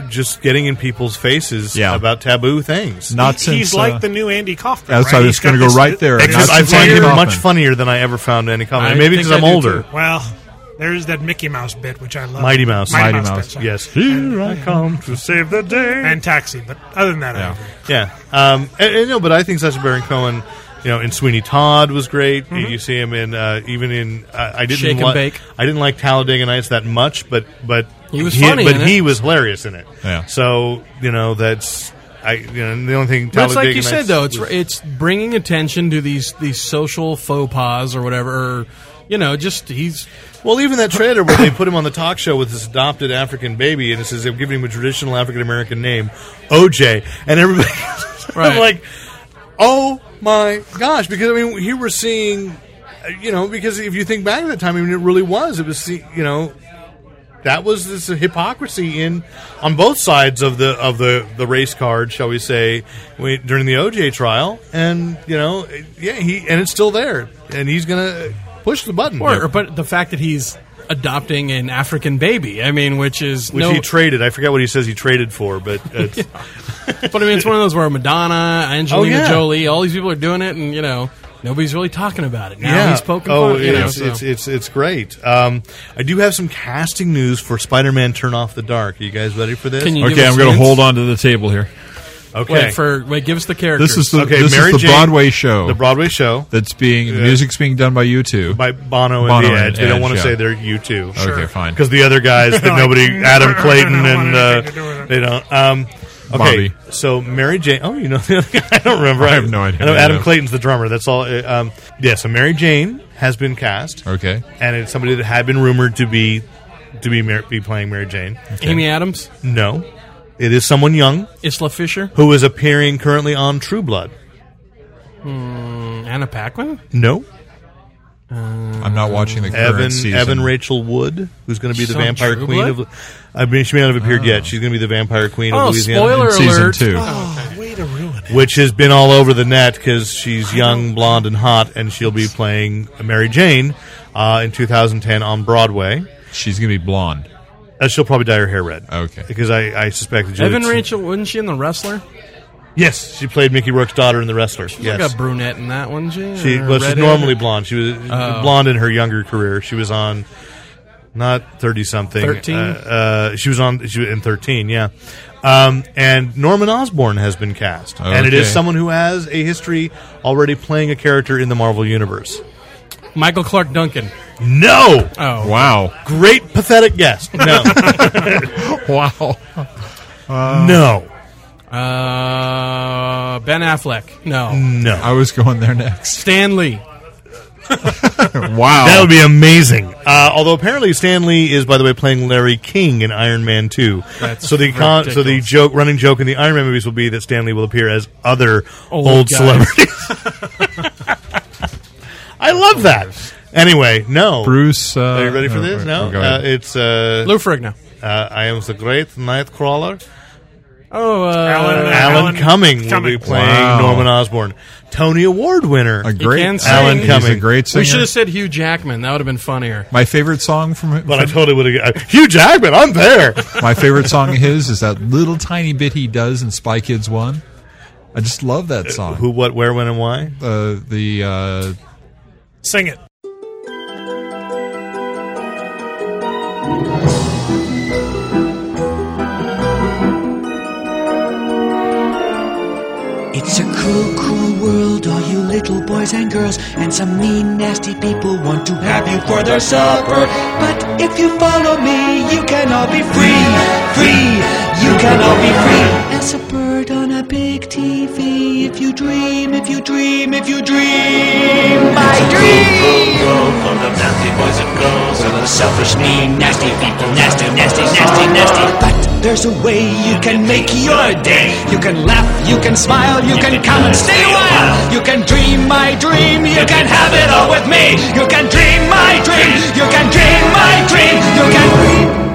just getting in people's faces Yeah. about taboo things. Not He- since he's like uh, the new Andy Kaufman. that's right? what I He's was gonna got go this- right there. this Not Except I since find Andy him Kaufman. much funnier than I ever found any comedy. I Maybe think because I'm I do, older. too. Well, there's that Mickey Mouse bit, which I love. Mighty Mouse. Mighty, Mighty Mouse. Mouse, bit, sorry. Yes, here I come to save the day. And Taxi, but other than that, I agree. Yeah, um, and, and no, but I think Sacha Baron Cohen, you know, in Sweeney Todd was great. You see him in uh, even in uh, I didn't Mm-hmm. Shake and li- Bake. I didn't like Talladega Nights that much, but but He was funny but in he it. was hilarious in it. Yeah. So you know that's I you know the only thing. But it's like Talladega you said Nights though, it's was- it's bringing attention to these these social faux pas or whatever. Or, you know, just he's Well, even that trailer where they put him on the talk show with this adopted African baby, and it says they've given him a traditional African American name, OJ, and everybody, I'm Right. like, oh my gosh, because I mean, here we're seeing, uh, you know, because if you think back at that time, I mean, it really was, it was, see- you know, that was this hypocrisy in on both sides of the of the, the race card, shall we say, we- during the OJ trial, and you know, it- yeah, he and it's still there, and he's gonna push the button. or, but the fact that he's adopting an African baby, I mean, which is which no he traded. I forget what he says he traded for, but it's, But I mean, it's one of those where Madonna, Angelina Oh, yeah. Jolie, all these people are doing it, and you know, nobody's really talking about it. Now he's poking oh, fun, you know, it's, so. it's it's it's great. Um, I do have some casting news for Spider-Man: Turn Off the Dark. Are you guys ready for this? Can you give Okay, us I'm going to hints? hold on to the table here. okay, Wait for wait. Give us the character. This is the okay. this Mary is the Jane- Broadway show the Broadway show that's being the music's being done by you two. by Bono, Bono and the and Edge. They don't Edge, want to yeah. say they're you two. Okay, fine. Because the other guys that nobody, Like, Adam Clayton I don't want and anything to do uh, with it. they don't. Um, okay, Bobby. so Mary Jane. Oh, you know the other guy. I don't remember. I have no idea. know Yeah, Adam no. Clayton's the drummer. That's all. uh, Um, yeah, so Mary Jane has been cast, Okay, and it's somebody that had been rumored to be to be Mar- be playing Mary Jane. Amy Adams, No, it is someone young Isla Fisher, who is appearing currently on True Blood. Anna Paquin. No, I'm not watching the current Evan season. Evan Rachel Wood, who's going to be She's the on vampire True queen Blood? of. I mean, she may not have appeared yet. She's going to be the vampire queen Oh, of Louisiana, spoiler season alert! two. Oh, way to ruin it. which has been all over the net because she's young, blonde, and hot, and she'll be playing Mary Jane uh, in 2010 on Broadway. She's going to be blonde. Uh, she'll probably dye her hair red. Okay. because I, I suspect that Julie- Evan Rachel, wasn't she in the Wrestler? Yes, she played Mickey Rourke's daughter in The Wrestler. She yes, got brunette in that one. She, She Or well, she's redhead? normally blonde. She was Oh. blonde in her younger career. She was on not thirty something. 13? Uh, uh, she was on. She was in thirteen. Yeah. Um, and Norman Osborn has been cast, and it is Okay. someone who has a history already playing a character in the Marvel universe. Michael Clark Duncan. No, Oh, Wow, great pathetic guess. No, wow. no, uh, Ben Affleck. No, no. I was going there next. Stan Lee. Wow, That would be amazing. Uh, although apparently Stan Lee is, by the way, playing Larry King in Iron Man Two. That's so the con- so the ridiculous. joke, running joke in the Iron Man movies will be that Stan Lee will appear as other old, Old guys. celebrities. I love that. Anyway, no. Bruce. Uh, Are you ready for no, this? or- No. or go Uh, ahead. it's uh, Lou Ferrigno. uh, I am the great Nightcrawler. Oh, uh, Alan, uh, Alan, Cumming, will be Cumming. playing Wow. Norman Osborn, Tony Award winner. a He great can sing. Alan He's Cumming. a great singer. we should have said Hugh Jackman. That would have been funnier. My favorite song from him. But I totally would have. Uh, Hugh Jackman, I'm there. My favorite song of his is that little tiny bit he does in Spy Kids One. I just love Uh, that song. Who, what, where, when, and why? Uh, the uh, Sing it. It's a cruel, cruel world, all you little boys and girls, and some mean, nasty people want to have you for their supper. But if you follow me, you can all be free, free, you can all be free. As a bird on a big TV, if you dream, if you dream, if you dream, my dream. Full of nasty boys and girls, full of selfish, mean, nasty people, nasty, nasty, nasty, nasty. But there's a way you can make your day. You can laugh, you can smile, you can come and stay a while. You can dream my dream, you can have it all with me. You can dream my dream, you can dream my dream, you can dream my dream.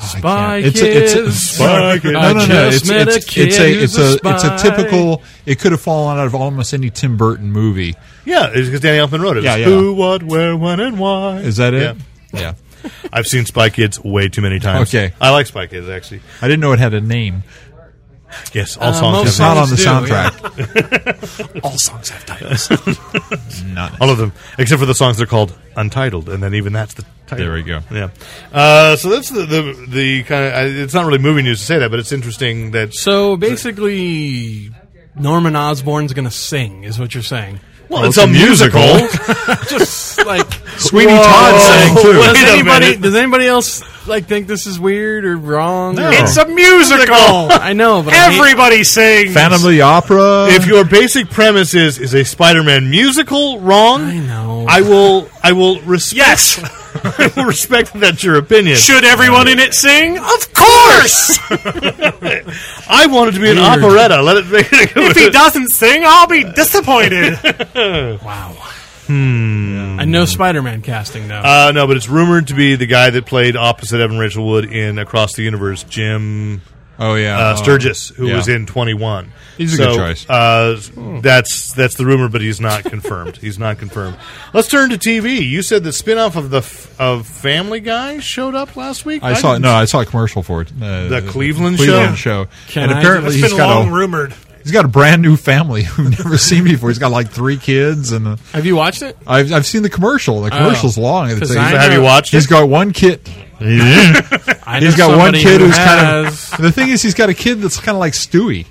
Spy It's a- Kids. it's a- Spy Kids. No, no, no. I It's, just met it's, a kid it's a who's it's a a, it's a spy. typical. It could have fallen out of almost any Tim Burton movie. Yeah, it's because Danny Elfman wrote it. It's Yeah, yeah. Who, what, where, when, and why? Is that it? Yeah. Yeah. I've seen Spy Kids way too many times. Okay. I like Spy Kids actually. I didn't know it had a name. Yes, all Uh, songs. most It's have not on the do, yeah. soundtrack. All songs have titles. Not all of them except for the songs they're called Untitled, and then even that's the title. There we go. Yeah. Uh, so that's the the, the kind of. It's not really movie news to say that, but it's interesting that. So basically, Norman Osborn's going to sing, is what you're saying. well, it's a musical. Just like Sweeney Todd sang too. does a anybody minute. does anybody else like think this is weird or wrong? or- It's a musical. I know, but I hate- Everybody sings. Phantom of the Opera. if your basic premise is is a Spider-Man musical wrong, I know. I will I will respect Yes. I will respect that that's your opinion. Should everyone in it sing? Of course. I want it to be an Weird. operetta. Let it make it. if he doesn't sing, I'll be disappointed. Hmm. I know Spider-Man casting though. Uh, no, but it's rumored to be the guy that played opposite Evan Rachel Wood in Across the Universe, Jim oh yeah, uh, Oh. Sturgis, who Yeah. was in Twenty One. He's a So, good choice. Uh, that's that's the rumor, but he's not confirmed. he's not confirmed. Let's turn to TV. You said the spinoff of the f- of Family Guy showed up last week. I saw didn't no, I saw a commercial for it. Uh, The Cleveland show, Can and I- apparently It's he's been got long a rumored. he's got a brand new family who've never seen before. He's got like three kids, and uh, Have you watched it? I've I've seen the commercial. The commercial's long. It's, 'Cause he's, I So have you know- watched it? he's got one kid. I know He's got one somebody kid who who's kind has, of the thing is he's got a kid that's kind of like Stewie.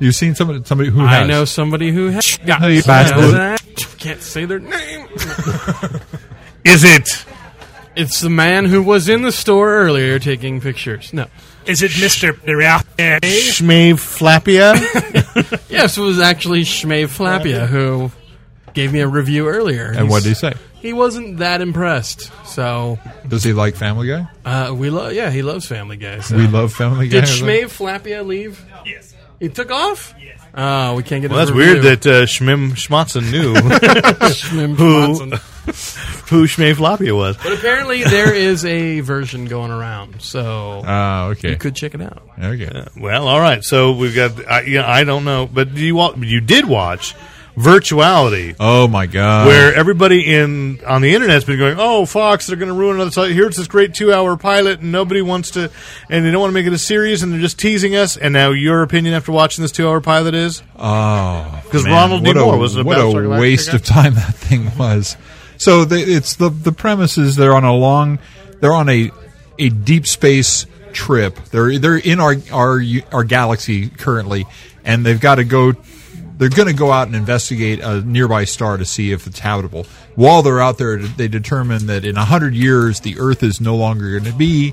You've seen somebody somebody who I has. know somebody who has. No, you Oh, Yeah, can't say their name. Is it? It's the man who was in the store earlier taking pictures. No. Is it Mr. Pirate? Shmave Flappia. Yes, it was actually Shmave Flapia who gave me a review earlier. And what did he say? He wasn't that impressed. So, Does he like Family Guy? uh, we love. Yeah, he loves Family Guy. So. We love Family Guy. Did Shmave Flapia leave? Yes. He took off. Yes. Oh, we can't get. Well, a that's review. weird that uh, Shmim Schmatzen knew Shmave Watson. who who Shmave Flappia was. But apparently, there is a version going around. So. Uh, Ah, okay. you could check it out. okay. Well, all right. So we've got. I, you know, I don't know, but you wa- you did watch Virtuality, Oh my god. where everybody in on the internet's been going, "Oh, Fox, they're going to ruin another. site. Here's this great two-hour pilot, and nobody wants to, and they don't want to make it a series, and they're just teasing us." And now your opinion after watching this two-hour pilot is Oh, 'Cause man, Ronald D. what a- Moore was a what Battlestar a Galactica waste guy. of time that thing was. So they, it's the the premise is they're on a long, they're on a a deep space trip. They're they're in our our our galaxy currently, and they've got to go. They're going to go out and investigate a nearby star to see if it's habitable. While they're out there, they determine that in hundred years the Earth is no longer going to be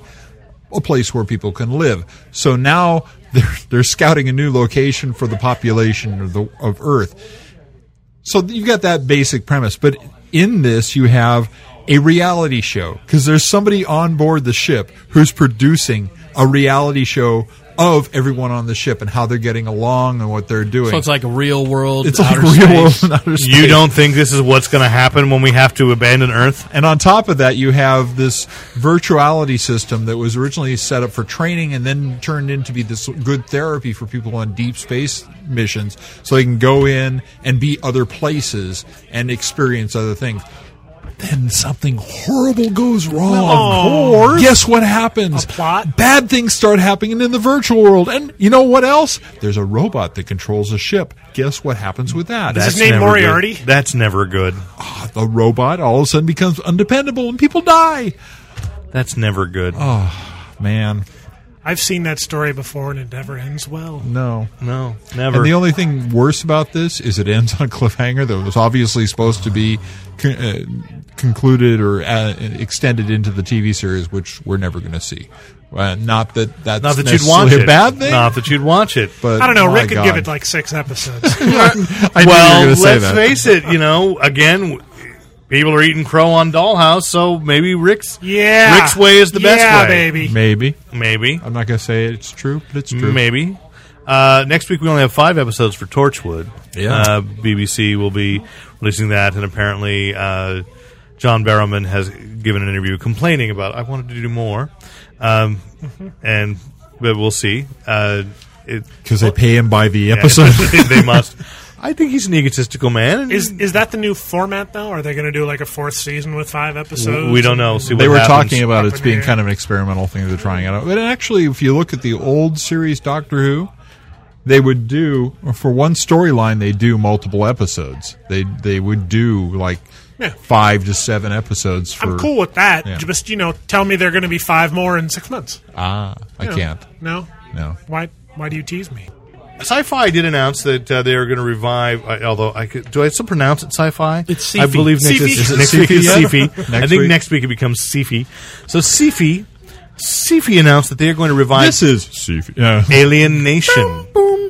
a place where people can live. So now they're, they're scouting a new location for the population of, the, of Earth. So you've got that basic premise, but in this you have a reality show because there's somebody on board the ship who's producing a reality show of everyone on the ship and how they're getting along and what they're doing. So it's like a real world. It's outer like real world space. and outer space. You don't think this is what's going to happen when we have to abandon Earth? And on top of that, you have this virtuality system that was originally set up for training and then turned into be this good therapy for people on deep space missions, so they can go in and be other places and experience other things. Then something horrible goes wrong. of course. Guess what happens? oh. A plot? Bad things start happening in the virtual world. And you know what else? There's a robot that controls a ship. Guess what happens with that? Is his That's name never Moriarty? good. That's never good. the robot all of a sudden becomes undependable and people die. That's never good. Oh. Man, I've seen that story before, and it never ends well. no. no, never. And the only thing worse about this is it ends on a cliffhanger that was obviously supposed to be con- uh, concluded or uh, extended into the TV series, which we're never going to see. Uh, not that that's not that you'd necessarily watch a it. bad thing. Not that you'd watch it. but I don't know. my Rick could give God. it like six episodes. I knew you well, were let's gonna say that. face it. You know, again, w- people are eating crow on Dollhouse, so maybe Rick's yeah, Rick's way is the best yeah, way. baby. Maybe maybe I'm not going to say it's true, but it's true. maybe. Uh, next week we only have five episodes for Torchwood. Yeah. uh, BBC will be releasing that, and apparently uh, John Barrowman has given an interview complaining about I wanted to do more, um, Mm-hmm. and but we'll see. Uh, it, because they pay him by the episode. they must. I think he's an egotistical man. and Is is that the new format though? Are they going to do like a fourth season with five episodes? we don't know. We'll See, what they were happens. talking about it's Up in being the air. kind of an experimental thing they're trying out. But actually, if you look at the old series Doctor Who, they would do for one storyline they do multiple episodes. They they would do like Yeah. five to seven episodes for. I'm cool with that. Yeah. Just you know, tell me they're going to be five more in six months. Ah, I No. can't. No. No. Why? Why do you tease me? Sci-Fi did announce that uh, they are going to revive. I, although I could, do I still pronounce it sci-fi? It's I sci-fi. believe next, Sci-fi. is it next week is sci-fi yet? sci-fi. I Next think week. next week it becomes sci-fi. So sci-fi, sci-fi announced that they are going to revive This is Sci-fi. Yeah. Alien Nation.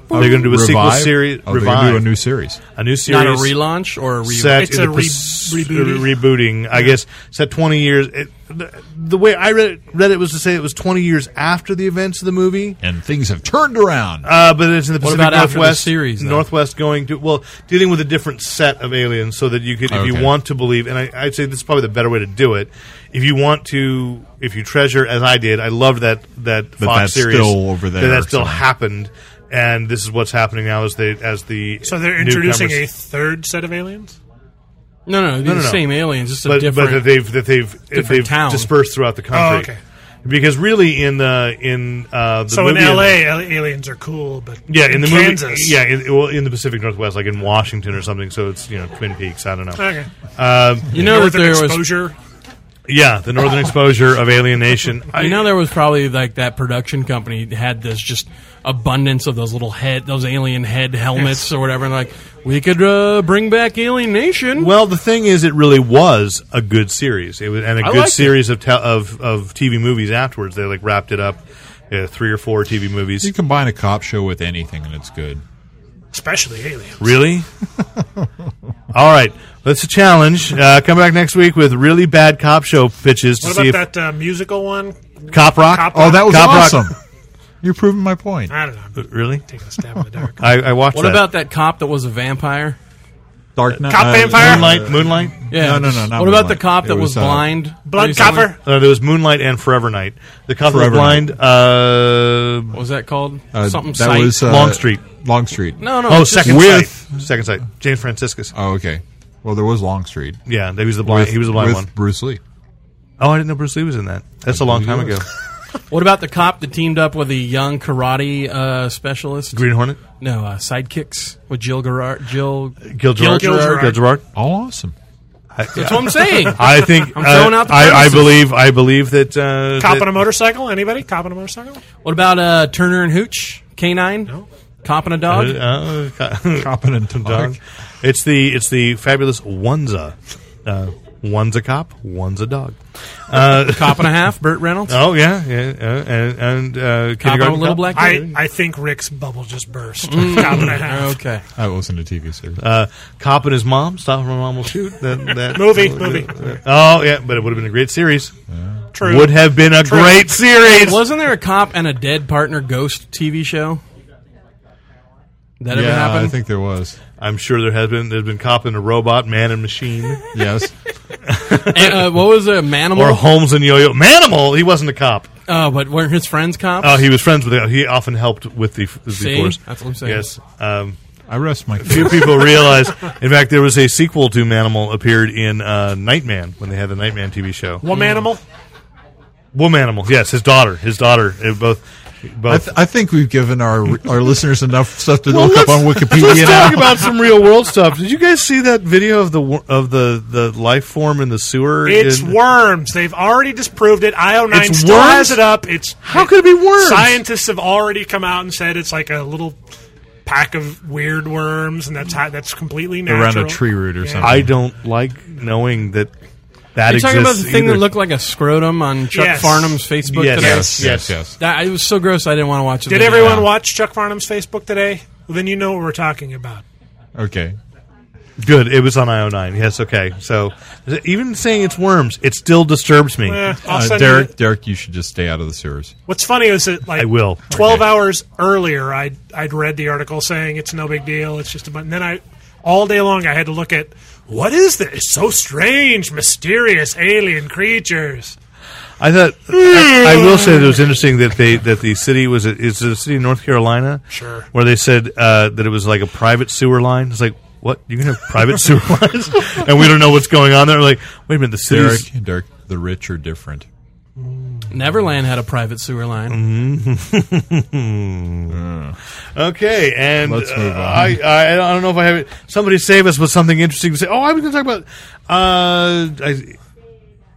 They're going to do a sequel Revive? series. Oh, they're gonna revive do a new series. a new series. Not a relaunch or a reboot. set It's in a the re- pres- rebooting. re- rebooting, I guess set twenty years. It, the, the way I read it, read it was to say it was twenty years after the events of the movie. And things have turned around. Uh, but it's in the What Pacific about after the Northwest series, though? Northwest going to well dealing with a different set of aliens, so that you could, if you Okay. want to believe, and I, I'd say this is probably the better way to do it. If you want to, if you treasure as I did, I loved that that Fox that's series still over That, there that still somewhere. happened, and this is what's happening now as they as the So they're introducing newcomers- a third set of aliens. No, no, they're no, the no. same aliens, just a but, different. but that they've that they've if different they've town. dispersed throughout the country. Oh, okay. Because really, in the in uh, the So in movie L.A., al- aliens are cool, but yeah, in the Kansas, movie, yeah, in, well, in the Pacific Northwest, like in Washington or something. So it's you know Twin Peaks. I don't know. Okay. you know that Northern there was. exposure. Yeah, the northern exposure of alienation. You know there was probably like that production company had this just abundance of those little head, those alien head helmets or whatever, and like we could uh, bring back Alien Nation. Well, the thing is, it really was a good series. It was and a I good liked it. series of, te- of of TV movies afterwards. They like wrapped it up. Uh, three or four TV movies. you combine a cop show with anything and it's good. especially aliens. Really? All right. That's a challenge. Uh, come back next week with really bad cop show pitches to What see if about that uh, musical one? Cop Rock. Cop Oh, that was Cop Rock. awesome. You're proving my point. I don't know. I'm Really? taking a stab in the dark. Uh, I, I watched what that. about that cop that was a vampire? Dark Knight. Cop uh, Vampire? Moonlight? Moonlight? Yeah, No, no, no, not what about the Moonlight. cop that It was, was, uh, blind? Blood recently? copper. Uh, there was Moonlight and Forever Night. The Cop Rock Forever Blind. Uh, What was that called? uh, Something. that sight? was uh, Longstreet. Longstreet. no, no. oh, just- Second with- Sight. Second Sight. James Franciscus. Oh, okay. Well, there was Longstreet. Yeah, he was the blind. With- he was the blind with one. Bruce Lee. Oh, I didn't know Bruce Lee was in that. That's a long time believe he ago. What about the cop that teamed up with a young karate uh, specialist? Green Hornet. No, uh, sidekicks with Jill Gerard. Jill. Gil Gerard. Gil Gerard. Gil Gerard. All Oh, awesome. That's what I'm saying. I think. I'm throwing uh, out the I, I premises. believe. I believe that. Uh, Cop that- on a motorcycle? Anybody? Cop on a motorcycle? What about uh, Turner and Hooch? Canine. No. Cop and a dog. Uh, uh, Competent and dog. It's the it's the fabulous oneza. Uh, one's a cop, one's a dog. Uh, cop and a half. Burt Reynolds. oh yeah, yeah, uh, and cop and uh, and a kindergarten little Cop. black. I, Kid? I think Rick's bubble just burst. Mm. Cop and a half. okay. I wasn't a TV series. Uh, cop and his mom. Stop and my mom will shoot. That, that Movie, movie. Oh yeah, but it would have been a great series. True. Would have been a great series. Wasn't there a cop and a dead partner ghost TV show? That ever yeah, happened? I think there was. I'm sure there has been. There's been cop and a robot, man and machine, Yes. And, uh, what was it? Manimal? or Holmes and Yo-Yo. Manimal. He wasn't a cop. Oh, but weren't his friends cops? Oh, he was friends with. The, he often helped with the, the See? force. That's what I'm saying. Yes. Um, I rest my case. few people realize. In fact, there was a sequel to Manimal appeared in uh, Nightman when they had the Nightman TV show. One Mm. animal. Woman Animal. Yes, his daughter. His daughter. They both. I, Both. th- I think we've given our our listeners enough stuff to Well, look up on let's- Wikipedia Let's now. talk about some real world stuff. Did you guys see that video of the wor- of the, the life form in the sewer? It's in- worms. They've already disproved it. IO9 It's still worms? has it up. It's How could it be worms? scientists have already come out and said it's like a little pack of weird worms, and that's how, that's completely natural. Around a tree root or Yeah. something. I don't like knowing that that Are you exists. talking about the thing that either. looked like a scrotum on Chuck Yes. Farnham's Facebook Yes. today? Yes. yes, yes. That, it was so gross I didn't want to watch it. Did everyone watch Chuck Farnham's Facebook today? Well, then you know what we're talking about. Okay. Good. It was on IO9. Yes. Okay. So even saying it's worms, it still disturbs me. Eh, I'll Uh, send you Derek, the- Derek, you should just stay out of the sewers. What's funny is that like I will. twelve Okay. hours earlier, I'd I'd read the article saying it's no big deal, it's just a button. Then I all day long I had to look at what is this? It's so strange, mysterious alien creatures. I thought I, I will say that it was interesting that they that the city was it is it a city in North Carolina, Sure. where they said uh, that it was like a private sewer line. It's like what you can have private sewer lines, and we don't know what's going on there. Like wait a minute, the Derek, city. Derek, the rich are different. Neverland had a private sewer line. Okay, and Let's move uh, on. I, I I don't know if I have it. Somebody save us with something interesting to say. Oh, I was going to talk about. Uh, I,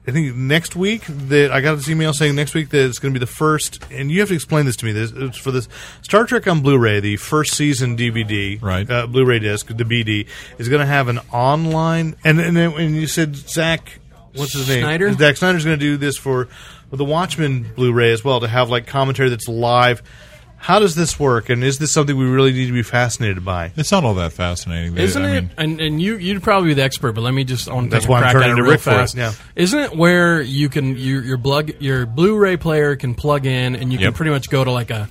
I think next week that I got this email saying next week that it's going to be the first, and you have to explain this to me. This it's for this Star Trek on Blu-ray, the first season DVD, Right. Uh, Blu-ray disc, the BD is going to have an online, and and, then- and you said Zach, what's his Snyder? name? Zack Snyder's going to do this for the Watchmen Blu-ray as well to have like commentary that's live. How does this work, and is this something we really need to be fascinated by? It's not all that fascinating. They- Isn't I it? mean, and and you you'd probably be the expert, but let me just on That's take a why I'm crack turning at it to real Rick for it, fast. yeah. Isn't it where you can your your plug your Blu-ray player can plug in and you can Yep. pretty much go to like a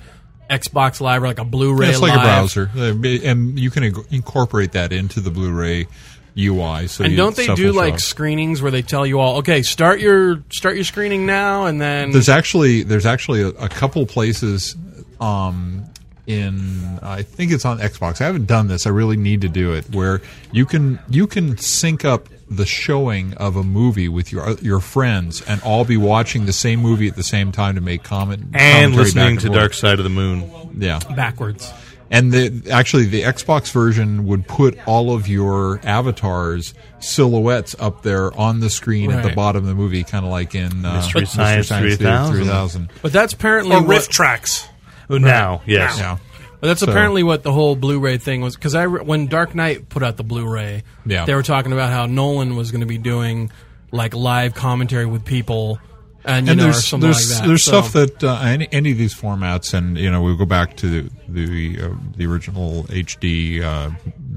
Xbox Live or like a Blu-ray. Yeah, it's like Live. a browser, Uh, and you can ing- incorporate that into the Blu-ray UI. So And you- don't they stuff do will show like up. screenings where they tell you all, okay, start your start your screening now, and then There's actually there's actually a, a couple places um, in I think it's on Xbox. I haven't done this. I really need to do it. Where you can you can sync up the showing of a movie with your your friends and all be watching the same movie at the same time to make comment And commentary back listening and to forth. Dark Side of the Moon. Yeah, backwards. and the, actually the Xbox version would put all of your avatars silhouettes up there on the screen at the Right. bottom of the movie, kind of like in uh, Mystery Science 3000. Theater 3000. But that's apparently Or what- riff tracks. Now, yes. Now. Yeah. But that's So- apparently what the whole Blu-ray thing was. Because I re- when Dark Knight put out the Blu-ray, Yeah. they were talking about how Nolan was going to be doing like live commentary with people, and you know, or something there's, like that. There's So- stuff that uh, any, any of these formats, and you know, we'll go back to the the, uh, the original HD uh,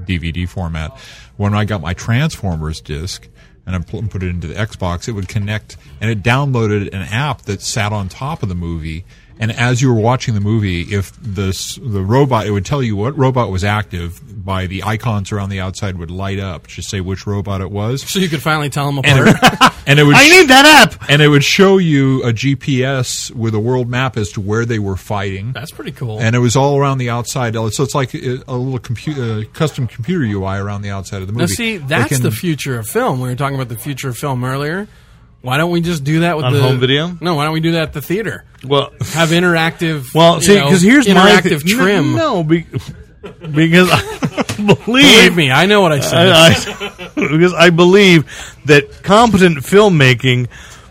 DVD format. When I got my Transformers disc and I pl- put it into the Xbox, it would connect, and it downloaded an app that sat on top of the movie. And as you were watching the movie, if the s- the robot, it would tell you what robot was active by the icons around the outside would light up, just say which robot it was, so you could finally tell them and it, apart. would- and it would I need that app. and it would show you a GPS with a world map as to where they were fighting. that's pretty cool. And it was all around the outside. So it's like a, a little computer, uh, custom computer UI around the outside of the movie. now, see, They that's can- the future of film. We were talking about the future of film earlier. Why don't we just do that with On the home video? No, why don't we do that at the theater? Well, Have interactive. Well, you see, know, because here's my thi- interactive trim. No, be- because I Believe believe me, I know what I said. I, I- because I believe that competent filmmaking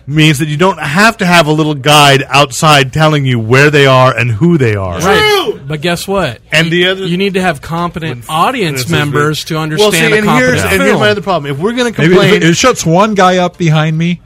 means that you don't have to have a little guide outside telling you where they are and who they are. Right. But guess what? And You- the other- you need to have competent This audience is members weird. to Well, understand see, a and competent here's, film. and here's my other problem. If we're going to Maybe if complain, it, it shuts one guy up behind me.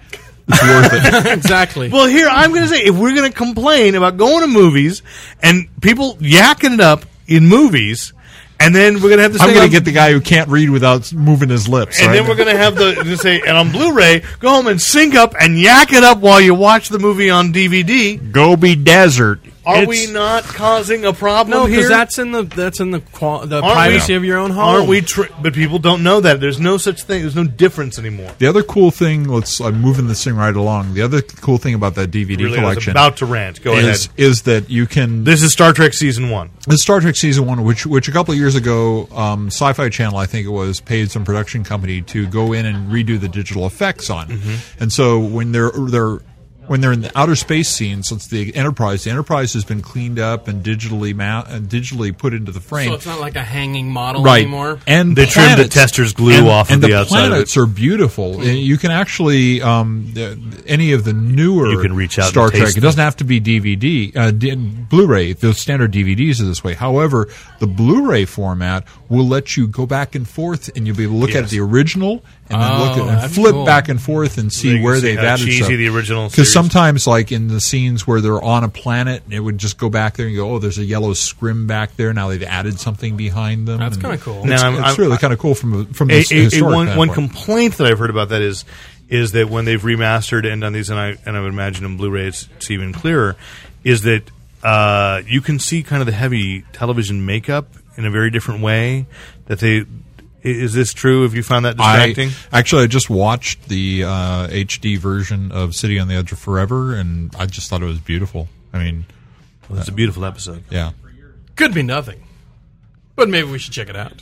It's worth it. exactly. Well, here I'm going to say if we're going to complain about going to movies and people yakking it up in movies, And then we're gonna have this. I'm thing going on- to get the guy who can't read without moving his lips. And right? then we're gonna have the to say, and on Blu-ray, go home and sync up and yak it up while you watch the movie on DVD. Gobi Desert. Are It's- we not causing a problem No, here? because that's in the that's in the qual- the Aren't we- privacy of your own home. Aren't we? Tr- but people don't know that. There's no such thing. There's no difference anymore. The other cool thing, let's I'm moving this thing right along. The other cool thing about that DVD Really, I was collection about to rant. Go is ahead. is that you can This is Star Trek season one. the Star Trek season one, which which a couple of years ago, um, Sci-Fi Channel, I think it was, paid some production company to go in and redo the digital effects on. And so when they're they're when they're in the outer space scene, since the Enterprise, the Enterprise has been cleaned up and digitally ma- and digitally put into the frame. So it's not like a hanging model right. anymore. And They trimmed the planets- tester's glue and- off and of the outside of it. planets are beautiful. Hmm. And You can actually um, the- any of the newer You can reach out Star and taste Trek. It them. doesn't have to be DVD, uh, D- Blu-ray. The standard DVDs are this way. However, the Blu-ray format will let you go back and forth, and you'll be able to look at Yes. the original and then look Oh, at and that's flip cool. back and forth and you see can where see they've how added cheesy stuff. the original Because series- sometimes, like in the scenes where they're on a planet, it would just go back there and go, "Oh, there's a yellow scrim back there." Now they've added something behind them. That's And kinda cool. It's, Now, I'm- it's I'm- really kind of cool from a- from a, a, a- a historic one, one standpoint. complaint that I've heard about that is is that when they've remastered and done these, and I and I would imagine in Blu-ray it's, it's even clearer, is that uh, you can see kind of the heavy television makeup in a very different way. That they i- is this true? Have you found that distracting? I, actually, I just watched the uh, HD version of City on the Edge of Forever, and I just thought it was beautiful. I mean, well, it's a beautiful episode. yeah. Could be nothing, but maybe we should check it out.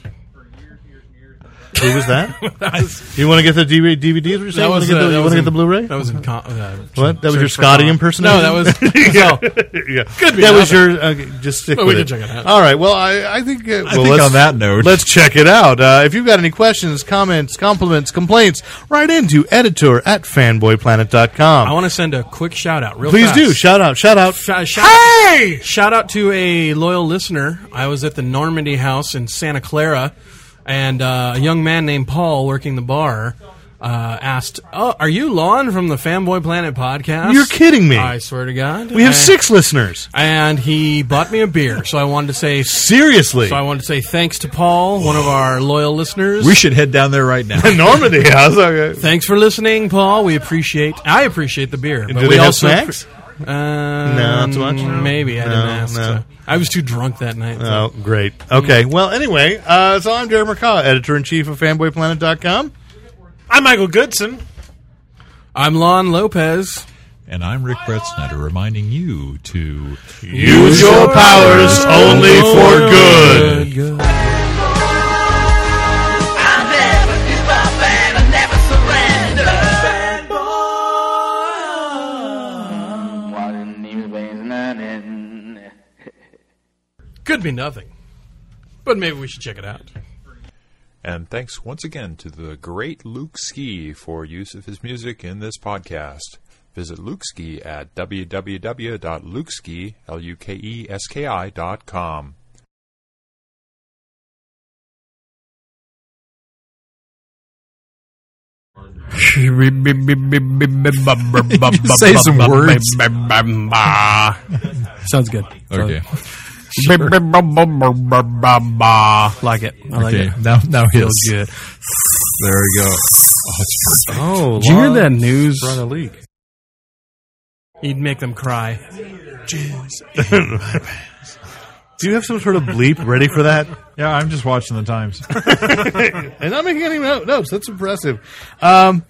Who was that? you want to get the DVD? DVDs? What you're saying? You wanna get uh, the- you was want to get in- the Blu-ray? That was in. Con- uh, What? That was search for- your Scotty impersonation? No, that was. no. yeah. Could be that was another. your. Okay, just stick But we with it. can check it out. All right. Well, I, I think. Uh, well, think let's- on that note- let's check it out. Uh, if you've got any questions, comments, compliments, complaints, write into editor at fanboyplanet.com. I want to send a quick shout out. Real Please fast. do shout out, shout out. Sh- uh, shout, Hey! shout out to a loyal listener. I was at the Normandy House in Santa Clara, and uh, a young man named Paul working the bar uh, asked, "Oh, are you Lon from the Fanboy Planet podcast?" You're kidding me. I swear to God, We have I- six listeners. And he bought me a beer, so I wanted to say. Seriously, So I wanted to say thanks to Paul, one of our loyal listeners. We should head down there right now. Normandy House. Okay. Thanks for listening, Paul. We appreciate. I appreciate the beer, but do we they have also snacks? Uh, no, not so much? No. Maybe I No, didn't ask. no. so- I was too drunk that night. so- Oh, great. Okay. Well, anyway, uh, so I'm Jerry McCaw, editor in chief of fanboyplanet.com. I'm Michael Goodson. I'm Lon Lopez. And I'm Rick Brett Snyder reminding you to Use your powers only for good. I'll never give up and I never surrender. Could be nothing, but maybe we should check it out. And thanks once again to the great Luke Ski for use of his music in this podcast. Visit Luke Ski at www.lukeski, E L-U-K-E-S-K-I dot com. say some words. Sounds good. Okay. like it. I like Okay. it. Now, now his. Feels good. There we go. Oh, it's perfect. Oh, Did you hear that news? a leak. He'd make them cry. Do you have some sort of bleep ready for that? Yeah, I'm just watching the times. And not making any no- notes. That's impressive. Um,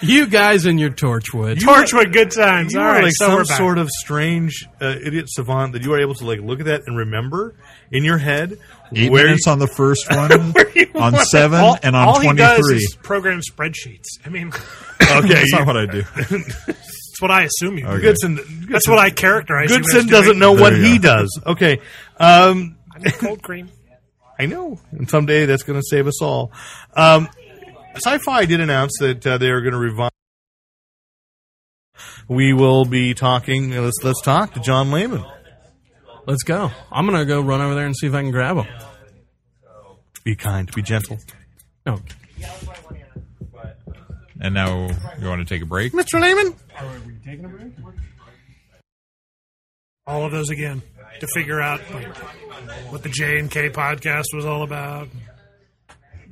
You guys in your Torchwood. Torchwood good times. you All are right, like so some we're back. sort of strange uh, idiot savant that you are able to like look at that and remember in your head Eight where minutes on the first one, you on want. seven, all, and on all he does twenty-three. is program spreadsheets. I mean, okay. That's you- not what I do. that's what I assume you do. Okay. Goodson, That's what I characterize. you as Goodson doing. doesn't know what There you he go. does. Okay. Um, cold cream. I know. And someday that's going to save us all. Um, Sci Fi did announce that uh, they are going to revive. We will be talking. uh, Let's let's talk to John Lehman. Let's go. I'm gonna go run over there and see if I can grab him. Be kind. Be gentle. No. And now you want to take a break? Mr. Lehman. All of those again. to figure out like, what the J and K podcast was all about.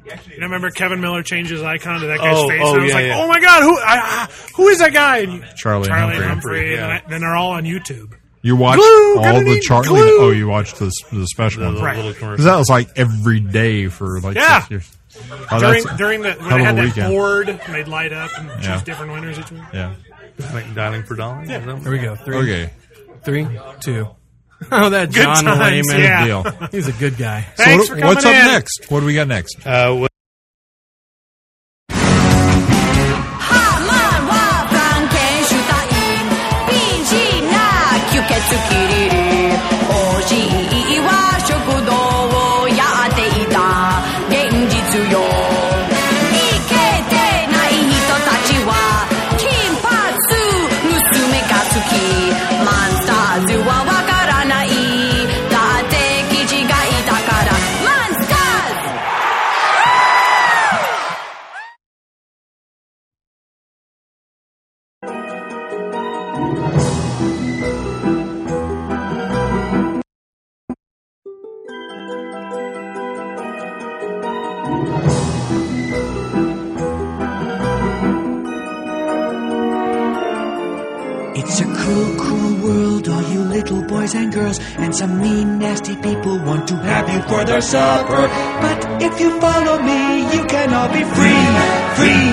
You know, remember Kevin Miller changed his icon to that guy's Oh, face, oh, and I was yeah, like, yeah. "Oh my god, who I, ah, who is that guy?" And Charlie and Humphrey. Humphrey, and Yeah. I- then they're all on YouTube. You watched Glue, all gonna the need Charlie. glue. Oh, you watched the, the special one. Right. little Because that was like every day for like Yeah. six years. Oh, during that's a during the when hell they of had a that weekend. board and they'd light up and choose Yeah. different winners each week. Yeah. Like dialing for dollar? Yeah. Here we go. Three, Okay. three, two. Oh, that Good John times, Lehman yeah. deal. He's a good guy. Thanks So for what- coming what's up in. next? What do we got next? Uh, what- It's a cruel, cruel world, all you little boys and girls, and some mean, nasty people want to have you for their supper. But if you follow me, you can all be free, free,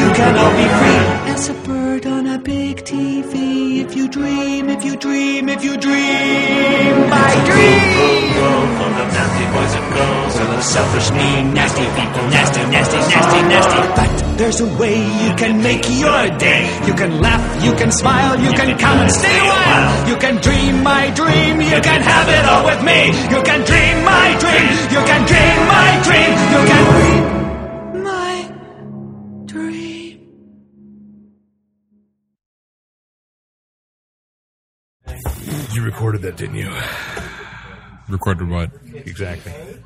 you can all be free. As a bird on a big TV, if you dream, if you dream, if you dream, my dream. For the nasty boys and girls, and the selfish, mean, nasty people, nasty, nasty, nasty, nasty. But there's a way you can make your day. You can laugh, you can smile, you can come and stay a while. You can dream my dream, you can have it all with me. You can dream my dream, you can dream my dream, you can dream my dream. You recorded that, didn't you? Recorded what? Exactly.